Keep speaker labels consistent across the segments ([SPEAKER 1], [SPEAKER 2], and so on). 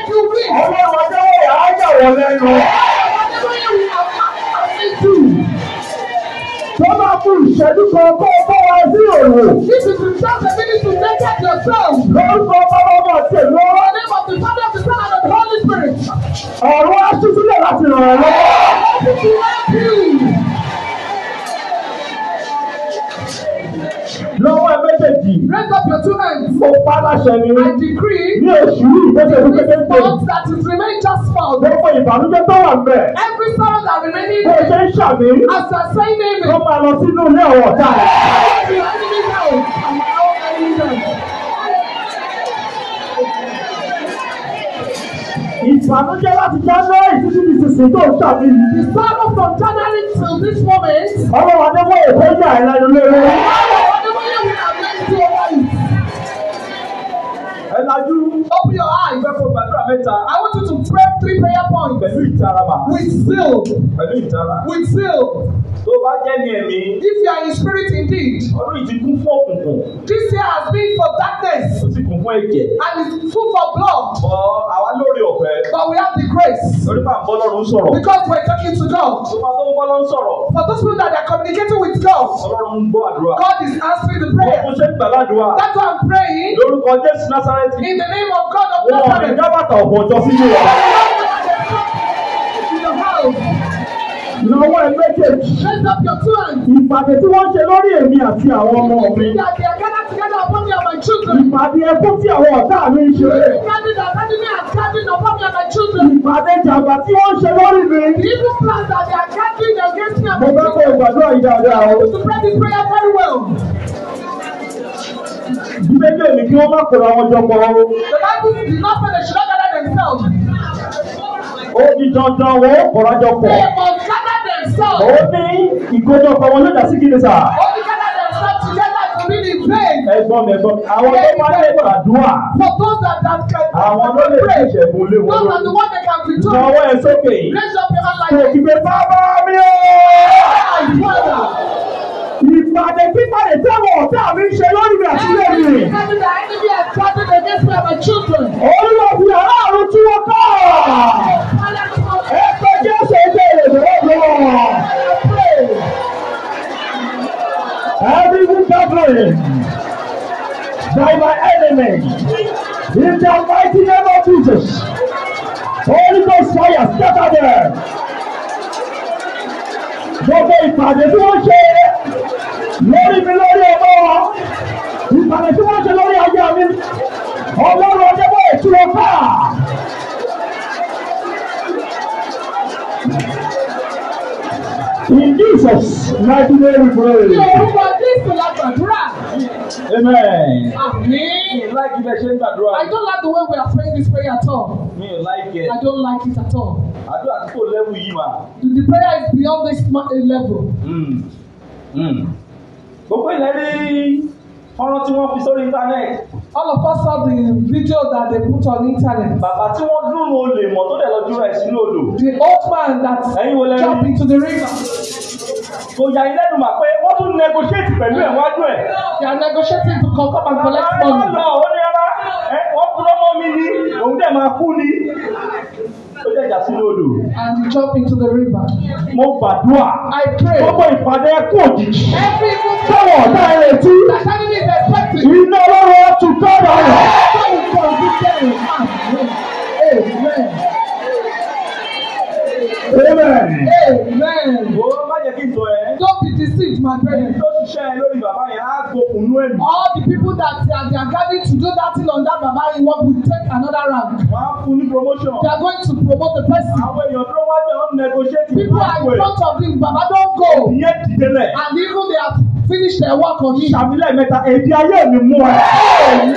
[SPEAKER 1] spirit.
[SPEAKER 2] Ọlọ́run ọjọ́ wọ̀nyí á yà wọ́n lẹ́nu.
[SPEAKER 1] Whatever you will have to
[SPEAKER 2] Tó bá kú ìṣẹ́jú kan kó o bá wa sí òwò.
[SPEAKER 1] This is the time the minute to make up yourself. In
[SPEAKER 2] Lórúkọ bábá bá tèlú
[SPEAKER 1] the
[SPEAKER 2] ọ́.
[SPEAKER 1] name of the Father, the Son, and the Holy Spirit.
[SPEAKER 2] Ọ̀run á ṣí sílẹ̀ láti ràn ọ́ lọ́wọ́.
[SPEAKER 1] Help me to help you.
[SPEAKER 2] Lọ́wọ́ ẹ méjèèjì.
[SPEAKER 1] Raise up your two hands.
[SPEAKER 2] Mo pa láṣẹ ni.
[SPEAKER 1] I decree
[SPEAKER 2] Ní oṣù yìí, mo tẹ̀lé
[SPEAKER 1] this
[SPEAKER 2] kékeré.
[SPEAKER 1] thought that is remain just found.
[SPEAKER 2] Gbogbo ìbànújẹ́ tó wà bẹ̀.
[SPEAKER 1] Every sorrow that remaining
[SPEAKER 2] Bó o ṣe ń ṣàmì,
[SPEAKER 1] as I say name
[SPEAKER 2] ó
[SPEAKER 1] it.
[SPEAKER 2] máa lọ sínú ilé ọ̀rọ̀ ọ̀tá rẹ̀.
[SPEAKER 1] Let your enemy know. And our enemy know.
[SPEAKER 2] Ìbànújẹ́ láti jáná ìtútù ní sísìn tó ń ṣàmì.
[SPEAKER 1] The sorrow from January till this moment.
[SPEAKER 2] Ọlọ́run adéwọ̀ èkó yà ẹ̀ lẹ́nu lérú.
[SPEAKER 1] Whatever you will have left to your life.
[SPEAKER 2] Ẹ lajú.
[SPEAKER 1] Open your eyes.
[SPEAKER 2] Ìfẹ́ kò gbàdúrà mẹ́ta.
[SPEAKER 1] I want you to pray three prayer points
[SPEAKER 2] Pẹ̀lú ìtara mà.
[SPEAKER 1] with zeal.
[SPEAKER 2] Pẹ̀lú ìtara.
[SPEAKER 1] With zeal.
[SPEAKER 2] Tó bá jẹ́ ní ẹ̀mí,
[SPEAKER 1] If you are in spirit indeed,
[SPEAKER 2] ọdún yìí ti kún fún òkùnkùn.
[SPEAKER 1] this year has been for darkness
[SPEAKER 2] Ó sì kún fún ẹ̀jẹ̀.
[SPEAKER 1] and it's full for blood.
[SPEAKER 2] Bọ́ àwa lórí ọ̀fẹ́.
[SPEAKER 1] But we have the grace
[SPEAKER 2] Torí bá ń bọ́ lọ́run sọ̀rọ̀.
[SPEAKER 1] because we're talking to God.
[SPEAKER 2] Tó bá tó ń bọ́ lọ́run sọ̀rọ̀.
[SPEAKER 1] For those people that are communicating with God,
[SPEAKER 2] Ọlọ́run ń gbọ́ àdúrà.
[SPEAKER 1] God is answering the
[SPEAKER 2] Bó
[SPEAKER 1] prayer.
[SPEAKER 2] ṣe ń gbàládùá.
[SPEAKER 1] That's why I'm praying
[SPEAKER 2] Lórúkọ Jésù Násárẹ́tì.
[SPEAKER 1] in the name of God of
[SPEAKER 2] Wọn ò ní
[SPEAKER 1] Nazareth.
[SPEAKER 2] dábàtà ọ̀pọ̀ ọjọ́ sí yóò wá.
[SPEAKER 1] In your house,
[SPEAKER 2] Lọ́wọ́ ẹ méjèèjì.
[SPEAKER 1] raise up your two hands.
[SPEAKER 2] Ìpàdé tí wọ́n ṣe lórí èmi àti àwọn ọmọ mi.
[SPEAKER 1] That they are gathered together upon me and my children.
[SPEAKER 2] Ìpàdé ẹkún tí àwọn ọ̀tá mi ń ṣe.
[SPEAKER 1] Gathered that enemy has gathered upon me and my children.
[SPEAKER 2] Ìpàdé jàmbá tí wọ́n ṣe lórí mi.
[SPEAKER 1] The evil plans that they are gathering against me and
[SPEAKER 2] Mo
[SPEAKER 1] my
[SPEAKER 2] fẹ́ kó
[SPEAKER 1] children.
[SPEAKER 2] ìgbàdúrà yìí dáadáa o.
[SPEAKER 1] To pray this prayer very well.
[SPEAKER 2] Ìgbésẹ̀ mi kí wọ́n má kóra wọn jọ pọ̀ o.
[SPEAKER 1] The Bible did not say they should not gather themselves.
[SPEAKER 2] Ó di dandan wọn ó kóra jọ pọ̀.
[SPEAKER 1] They must gather
[SPEAKER 2] Ó
[SPEAKER 1] themselves.
[SPEAKER 2] ní ìkójọpọ̀ wọn lọ́jà sí kìíní sà.
[SPEAKER 1] Only gather themselves together to be in vain.
[SPEAKER 2] Ẹ̀gbọ́n mi ẹ̀gbọ́n mi, àwọn tó máa ń lè gbàdúrà.
[SPEAKER 1] For those that, that can
[SPEAKER 2] Àwọn ló lè fi ìṣẹ̀gùn lé wọn
[SPEAKER 1] those are
[SPEAKER 2] lórí.
[SPEAKER 1] the one that can be told.
[SPEAKER 2] Ìjọwọ́ ẹ sókè.
[SPEAKER 1] Raise up your hand like
[SPEAKER 2] Ṣé
[SPEAKER 1] this.
[SPEAKER 2] ìgbé bábá mi o?
[SPEAKER 1] And Father,
[SPEAKER 2] Ìpàdé pípàdé táwọn ọ̀tá mi ń ṣe lórí mi àti ilé mi.
[SPEAKER 1] every enemy that enemy has gathered against me and my children.
[SPEAKER 2] Olúwa fi aláàrú tú wọn ká.
[SPEAKER 1] Father, we must
[SPEAKER 2] Ẹ pé Jésù ìbéèrè lọ́wọ́.
[SPEAKER 1] pray.
[SPEAKER 2] Every good gathering by my enemy in the mighty name of Jesus. Holy Ghost fire scatter them. Gbogbo ìpàdé tí wọ́n ṣe lórí mi lórí ọmọ wọn. Ìpàdé tí wọ́n ṣe lórí ayé mi. Ọlọ́run ọjọ́bọ̀ ìtura fà. In Jesus' mighty name we
[SPEAKER 1] Ní
[SPEAKER 2] pray.
[SPEAKER 1] orúkọ Jésù la gbàdúrà.
[SPEAKER 2] Amen.
[SPEAKER 1] Àmín.
[SPEAKER 2] láìkí bẹ́ẹ̀ ṣe ń gbàdúrà
[SPEAKER 1] I don't like the way we are praying this prayer at all.
[SPEAKER 2] mi ò láìkí ẹ̀
[SPEAKER 1] I don't like it at all.
[SPEAKER 2] àdúrà tí kò lẹ́wù yìí mà.
[SPEAKER 1] The, the prayer is beyond this ma- eh, level.
[SPEAKER 2] Hmm. gbogbo ilẹ̀ rí ọ̀rọ̀ tí wọ́n fi sórí íńtánẹ́ẹ̀tì
[SPEAKER 1] All of us saw the video that they put on internet.
[SPEAKER 2] bàbá tí wọ́n dùn ún olè mọ̀ tó dẹ̀ lọ dúró ẹ̀ sínú odò
[SPEAKER 1] The old man that
[SPEAKER 2] ẹ̀yin wo lẹ́nu
[SPEAKER 1] jumped into the river.
[SPEAKER 2] kò yà yín lẹ́nu mà pé wọ́n tún negotiate pẹ̀lú ẹ̀ wájú ẹ̀.
[SPEAKER 1] They are negotiating to come come and collect
[SPEAKER 2] Bàbá ẹ̀
[SPEAKER 1] money.
[SPEAKER 2] lọ ó ní ara ẹ̀ wọ́n kúrọ́ mọ́ mi ní òun dẹ̀ máa kú ni ó dẹ̀ jà sínú odò.
[SPEAKER 1] And he jumped into the river.
[SPEAKER 2] mo gbàdúrà
[SPEAKER 1] I pray.
[SPEAKER 2] gbogbo ìpàdé ẹkú òjijì
[SPEAKER 1] Every evil
[SPEAKER 2] táwọn
[SPEAKER 1] power
[SPEAKER 2] ọ̀tá ẹ̀ retí
[SPEAKER 1] that enemy is expecting.
[SPEAKER 2] iná ọlọ́run á tún tọ́ra rẹ̀.
[SPEAKER 1] God will convict them. Amen.
[SPEAKER 2] Amen.
[SPEAKER 1] Amen. Amen.
[SPEAKER 2] Wo má jẹ́ kí n sọ ẹ́.
[SPEAKER 1] Don't be deceived, my brethren.
[SPEAKER 2] Tó ṣiṣẹ́ lórí bàbá yẹn á gbókun nú ẹ̀mí.
[SPEAKER 1] All the people that they are, they are gathering to do that thing on that Baba Iwọ will take another round.
[SPEAKER 2] Wọ́n á fún ní promotion.
[SPEAKER 1] They are going to promote the person.
[SPEAKER 2] Àwọn èèyàn tó wá jẹ́ wọ́n negotiate
[SPEAKER 1] People are in front of him, Baba don go.
[SPEAKER 2] Ìyẹn dìde lẹ̀.
[SPEAKER 1] And even they have finished their work on him.
[SPEAKER 2] Ṣàmì lẹ́ẹ̀mẹ́ta èdè ayé mi mú ẹ.
[SPEAKER 1] Amen.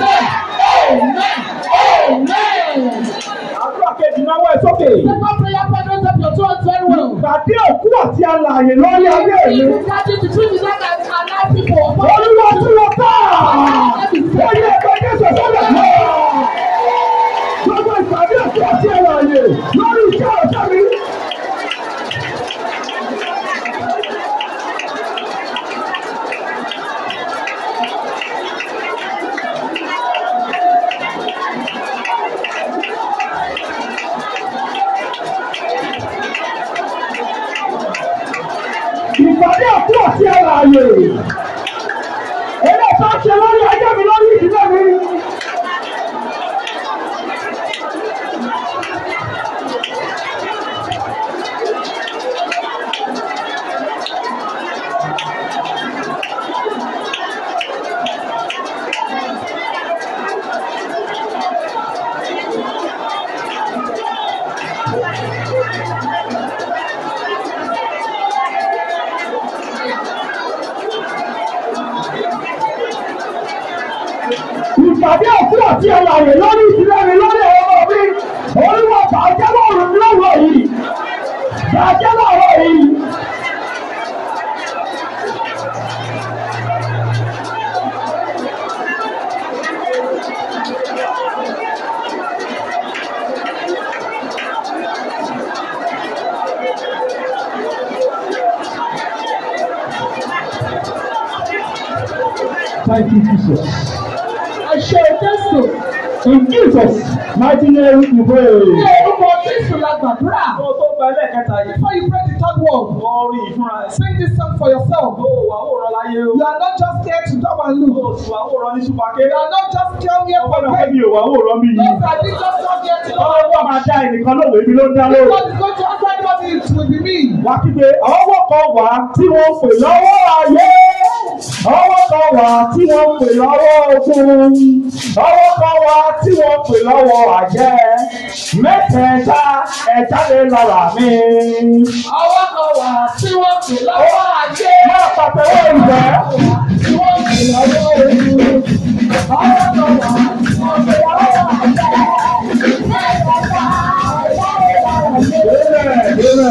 [SPEAKER 1] Amen. Amen.
[SPEAKER 2] Àdúrà kejì náwó ẹ sókè.
[SPEAKER 1] Second prayer point, raise up your two hands very well.
[SPEAKER 2] Ìpàdé òkú àti alààyè lórí ayé mi.
[SPEAKER 1] People gathering between the dead and and live people.
[SPEAKER 2] Olúwa tí wọ́n tà. Oyè ẹgbẹ́ Jésù sọ́dọ̀ mọ́. Gbogbo ìpàdé òkú àti alààyè lórí iṣẹ́ ọ̀sẹ̀ mi. ààyè. Èlé tó ń ṣe lórí ẹjọ́ mi lórí ìdílé mi. Ìpàdé òkú àti àlàyé lórí ìdílé mi lórí ọmọ mi. Olúwa bàjẹ́ lọ́rùn mi lọ́wọ́ yìí. Bàjẹ́ lọ́wọ́ yìí. Thank you, Jesus.
[SPEAKER 1] ẹ̀ṣẹ̀ jésù
[SPEAKER 2] In Jesus' mighty name we
[SPEAKER 1] ní
[SPEAKER 2] pray.
[SPEAKER 1] orúkọ jésù la gbàdúrà
[SPEAKER 3] Kó o tó gba ẹlẹ́ẹ̀kẹta yìí,
[SPEAKER 1] before you pray the third word
[SPEAKER 3] wọ́n rí ìfúnra ẹ̀.
[SPEAKER 1] sing this song for yourself
[SPEAKER 3] Ó wà àwòrán láyé o.
[SPEAKER 1] you are not just here to talk and
[SPEAKER 3] Ó
[SPEAKER 1] look
[SPEAKER 3] sì wà àwòrán ní Súpàkẹ́.
[SPEAKER 1] you are not just come here
[SPEAKER 3] Ọ̀pọ̀
[SPEAKER 1] for
[SPEAKER 3] náà
[SPEAKER 1] prayer
[SPEAKER 3] mi ò wà àwòrán mi yìí.
[SPEAKER 1] those are the just come here to talk
[SPEAKER 3] Ọlọ́wọ́ máa dá ẹnìkan lóhùn èmi ló ń dá lóhùn.
[SPEAKER 1] God is going to answer anybody it will be me
[SPEAKER 2] Wá kígbe ọwọ́ kan wà tí wọ́n ń pè lọ́wọ́ ayé. Ọwọ́ kan wà tí wọ́n ń pè lọ́wọ́ ogun. Ọwọ́ kan wà tí wọ́n ń pè lọ́wọ́ àjẹ́. Mẹ́tẹ̀ẹ̀ta ẹ̀ta lè lára mi.
[SPEAKER 1] ọwọ́ kan wà tí wọ́n pè lọ́wọ́ ajé
[SPEAKER 2] Máa pàtẹ́wọ́ ìfẹ́.
[SPEAKER 1] tí wọ́n pè lọ́wọ́ ojú ọwọ́ kan wà tí wọ́n pè lọ́wọ́ ajé mẹ́tẹ̀ẹ̀ta ẹ̀dá
[SPEAKER 2] Amen, amen, amen, amen.
[SPEAKER 1] lè lára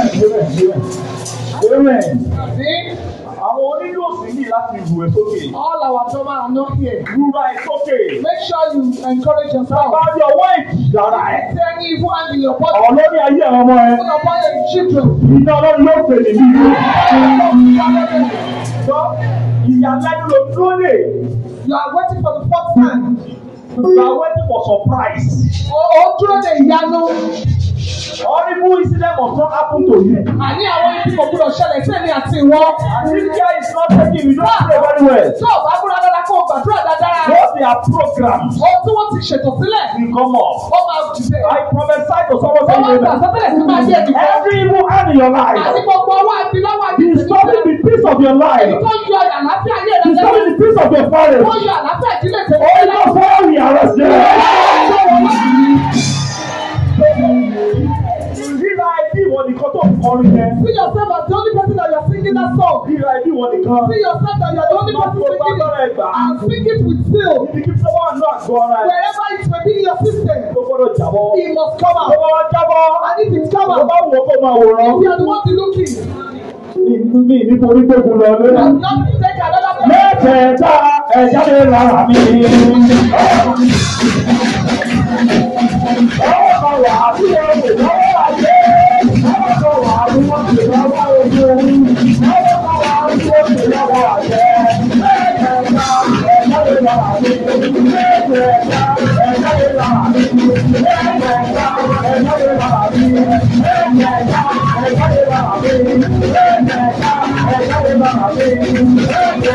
[SPEAKER 1] mi.
[SPEAKER 3] Àwọn onílù òsì yìí láti rù ẹ̀ sókè.
[SPEAKER 1] All our drama are not here.
[SPEAKER 3] Rúra ẹ̀ sókè.
[SPEAKER 1] Make sure you encourage
[SPEAKER 2] Bá
[SPEAKER 1] yourself.
[SPEAKER 2] yọ ọwọ́ ìjìyàrá ẹ̀.
[SPEAKER 1] Say any evil hand in your body,
[SPEAKER 2] Ọ̀lọ́rí ayé àwọn ọmọ ẹ.
[SPEAKER 1] even upon your children.
[SPEAKER 2] Iná ọlọ́run yóò pèlè ní ìlú.
[SPEAKER 3] Gbọ́ ìyàlẹ́nu ló dúró lè.
[SPEAKER 1] You are waiting for the fourth time.
[SPEAKER 3] You are waiting for surprise.
[SPEAKER 1] Oh, dúró de ìyanu.
[SPEAKER 3] Horrible incident must not happen to you.
[SPEAKER 1] Àní àwọn ibi kò gbúdọ̀ ṣẹlẹ̀ sí èmi àti ìwọ.
[SPEAKER 3] And if care is not taken, you don't pray very well.
[SPEAKER 1] Tó o bá múra dáadáa kó o gbàdúrà dáadáa.
[SPEAKER 3] What they are programmed
[SPEAKER 1] Ohun tí wọ́n ti ṣètò sílẹ̀,
[SPEAKER 3] will come up.
[SPEAKER 1] ó máa dìde.
[SPEAKER 3] I prophesy to someone
[SPEAKER 1] Ó máa
[SPEAKER 3] saying
[SPEAKER 1] gbà
[SPEAKER 3] amen.
[SPEAKER 1] sọ́tẹ̀lẹ̀ sí máa yé ẹnìkan.
[SPEAKER 2] Every evil hand in your
[SPEAKER 1] Àní
[SPEAKER 2] life
[SPEAKER 1] gbogbo ọwọ́ ibi lọ́wọ́ ibi
[SPEAKER 2] is stopping the peace of your
[SPEAKER 1] Èyí
[SPEAKER 2] life.
[SPEAKER 1] tó ń yọ àlàáfíà ayé rẹ̀
[SPEAKER 2] Is
[SPEAKER 1] lẹ́nu.
[SPEAKER 2] stopping the peace of your
[SPEAKER 1] Ó
[SPEAKER 2] parents.
[SPEAKER 1] yọ àlàáfíà ìdílé tèmi
[SPEAKER 2] Oh,
[SPEAKER 1] lẹ́nu.
[SPEAKER 2] no, why we arrest them?
[SPEAKER 3] Ríra ẹbí ìwọ nìkan tó ń kọrin yẹn.
[SPEAKER 1] See yourself as the only person that you're singing that song.
[SPEAKER 3] Ríra ẹbí ìwọ nìkan.
[SPEAKER 1] See yourself that you're the only
[SPEAKER 3] Lọ
[SPEAKER 1] person
[SPEAKER 3] sí ọgbà
[SPEAKER 1] singing
[SPEAKER 3] lọ́rọ̀
[SPEAKER 1] it.
[SPEAKER 3] ẹgbà.
[SPEAKER 1] And sing it with zeal.
[SPEAKER 3] Ibi kí Fọwọ́ àná àgọ́ ara ẹ̀.
[SPEAKER 1] Wherever it may be in your system,
[SPEAKER 3] Ló gbọ́dọ̀ jàbọ́.
[SPEAKER 1] it must come
[SPEAKER 3] Ló
[SPEAKER 1] out.
[SPEAKER 3] bá wá jábọ́.
[SPEAKER 1] And if it come
[SPEAKER 3] Ló bá
[SPEAKER 1] out,
[SPEAKER 3] wù ọ́ kó máa wòran.
[SPEAKER 1] if you are the one looking,
[SPEAKER 2] Inú mi nítorí gbégun lọ lé.
[SPEAKER 1] and not take another person.
[SPEAKER 2] Mẹ́tẹ̀ẹ̀ta ẹ̀já lè lára mi. Ọwọ́ kan wà tí wọ́n pè lọ́wọ́ ayé. Ọwọ́ kan wà tí wọ́n pè lọ́wọ́ ojú. Ọwọ́ kan wà tí wọ́n pè lọ́wọ́ ayé. Mẹ́tẹ̀ẹ̀ta ẹ̀já lè lára mi. Mẹ́tẹ̀ẹ̀ta ẹ̀já lè lára mi. Mẹ́tẹ̀ẹ̀ta ẹ̀já lè lára mi. Mẹ́tẹ̀ẹ̀ta ẹ̀já lè lára mi. Mẹ́tẹ̀ẹ̀ta ẹ̀já lè lára mi.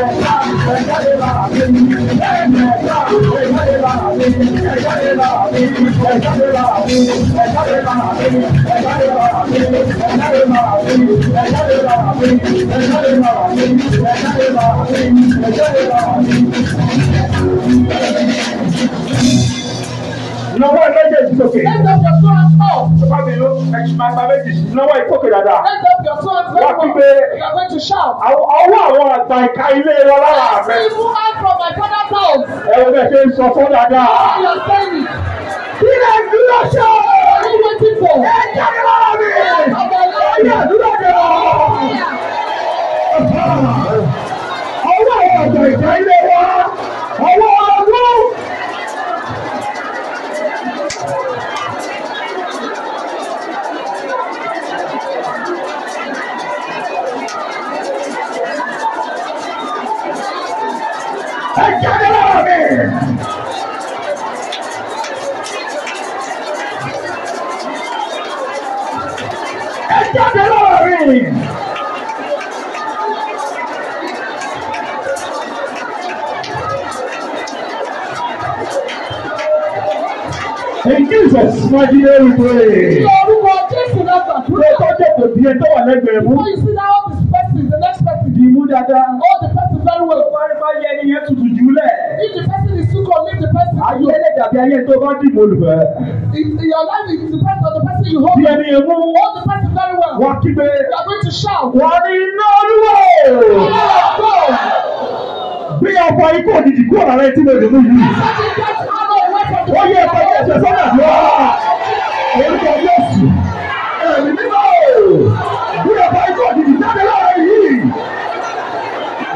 [SPEAKER 3] Ìnáwó ẹlẹ́jẹ̀ ti sókè.
[SPEAKER 1] Lift up your soul and talk.
[SPEAKER 3] Bàbá mi ló ẹ̀jẹ̀ máa gba méjì. Ìnáwó ìkókè dáadáa.
[SPEAKER 1] Lift up your soul and
[SPEAKER 3] Wá
[SPEAKER 1] talk.
[SPEAKER 3] kígbe.
[SPEAKER 1] You are going to shout.
[SPEAKER 3] Àwọn- Ọwọ́ àwọn àgbà ìka ilé lọ lára
[SPEAKER 2] Ah,
[SPEAKER 3] rẹ̀.
[SPEAKER 1] Every evil hand from my father's house,
[SPEAKER 3] Ẹ wo bẹ́ẹ̀ ṣe ń sọ fún
[SPEAKER 2] Ah.
[SPEAKER 3] dáadáa.
[SPEAKER 1] all you're saying is,
[SPEAKER 2] Ilé ìdúró ṣe
[SPEAKER 1] what are you waiting for?
[SPEAKER 2] ẹ̀jẹ̀ lára mi. Ilé ìdúró ṣe ọ̀. Ọwọ́ àwọn àjọ ìjà ilé wa, ọwọ́ ọdún. Ẹ jáde lára mi. Ẹ jáde lára mi. In Jesus' mighty name we pray.
[SPEAKER 1] orúkọ jésù lọ́gbà
[SPEAKER 2] Pray
[SPEAKER 1] kúrò.
[SPEAKER 2] tó dẹ̀kọ̀ bí ẹjọ́ wà lẹ́gbẹ̀ẹ́ mú.
[SPEAKER 1] Before you sit down this person, the next person,
[SPEAKER 2] Dì mú dáadáa.
[SPEAKER 1] hold the person very well.
[SPEAKER 2] Wọ́n rí bá yẹ ẹni yẹn tutù jùlẹ̀.
[SPEAKER 1] If the person is too cold, leave the person
[SPEAKER 2] Ayé
[SPEAKER 1] alone.
[SPEAKER 2] ẹlẹ́dàbí ayé tó bá dìbò olùfẹ́.
[SPEAKER 1] If your life is depends on the person you
[SPEAKER 2] Bí
[SPEAKER 1] hold,
[SPEAKER 2] ẹni yẹn mú.
[SPEAKER 1] hold the person very well.
[SPEAKER 2] Wọ́n kígbe.
[SPEAKER 1] You are going to shout.
[SPEAKER 2] Wọ́n ní iná olúwo.
[SPEAKER 1] "Let go!"
[SPEAKER 2] Bí ọkọ̀ ikú òjijì kúrò lára etí lè mú yìí.
[SPEAKER 1] Let it get out of the way from the
[SPEAKER 2] Ó yẹ ẹ̀kọ́ yẹn ṣe
[SPEAKER 1] person.
[SPEAKER 2] sọ́nà lọ. Orúkọ Jésù. Ẹ̀mí mímọ́. Bí ọkọ̀ ikú òjijì jáde lára yìí.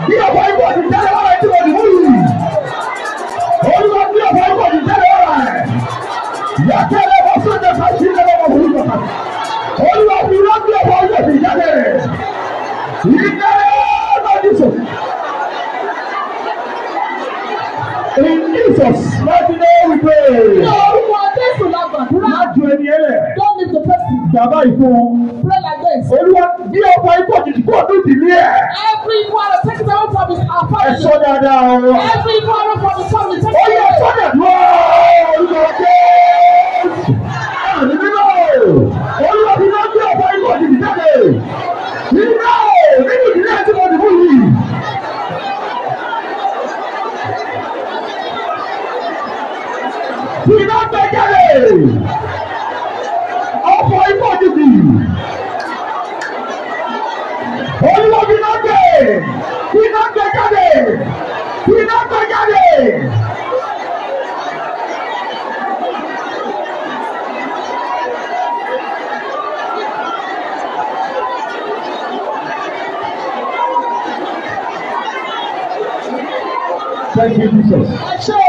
[SPEAKER 2] Bí ọkọ̀ ikú òjijì jáde lára etí lè mú yìí. Olúwa bí ọkọ̀ ikú òjijì jáde lára rẹ̀. Yàtọ̀ ẹlẹ́wọ̀n sọ́jà ká sí ẹlẹ́wọ̀n orúkọ kan. Olúwa bí wọ́n bí ọkọ̀ ikú òjijì jáde rẹ̀. Ìgbẹ́ ẹ̀rọ Jésù. In Jesus' mighty name we pray.
[SPEAKER 1] Ní orúkọ jésù lọ́gbà kúrò.
[SPEAKER 2] Má ju ẹni ẹlẹ̀.
[SPEAKER 1] Don't leave the person.
[SPEAKER 2] Bàbá ìfún.
[SPEAKER 1] Pray like this.
[SPEAKER 2] Olúwa bí ọkọ̀ ikú òjijì kúrò ní ìdílé ẹ̀.
[SPEAKER 1] Every quarrel take it away from his our
[SPEAKER 2] Ẹ
[SPEAKER 1] family.
[SPEAKER 2] sọ dáadáa o.
[SPEAKER 1] Every quarrel from his family take
[SPEAKER 2] Ó yẹ
[SPEAKER 1] it away.
[SPEAKER 2] sọ́dọ̀ lọ. Olúwa jẹ́. Àmì nínú. Olúwa bí wọ́n bí ọkọ̀ ikú òjijì jáde. Nínú nínú ìdílé tí mo dìbò yìí. Iná gbẹ jáde. ọkọ̀ ikọ̀ dìbì. Olúwobi náà gbé, iná gbé jáde, iná gbé jáde. Thank you, Jesus.
[SPEAKER 1] Ẹ ṣe o jésù.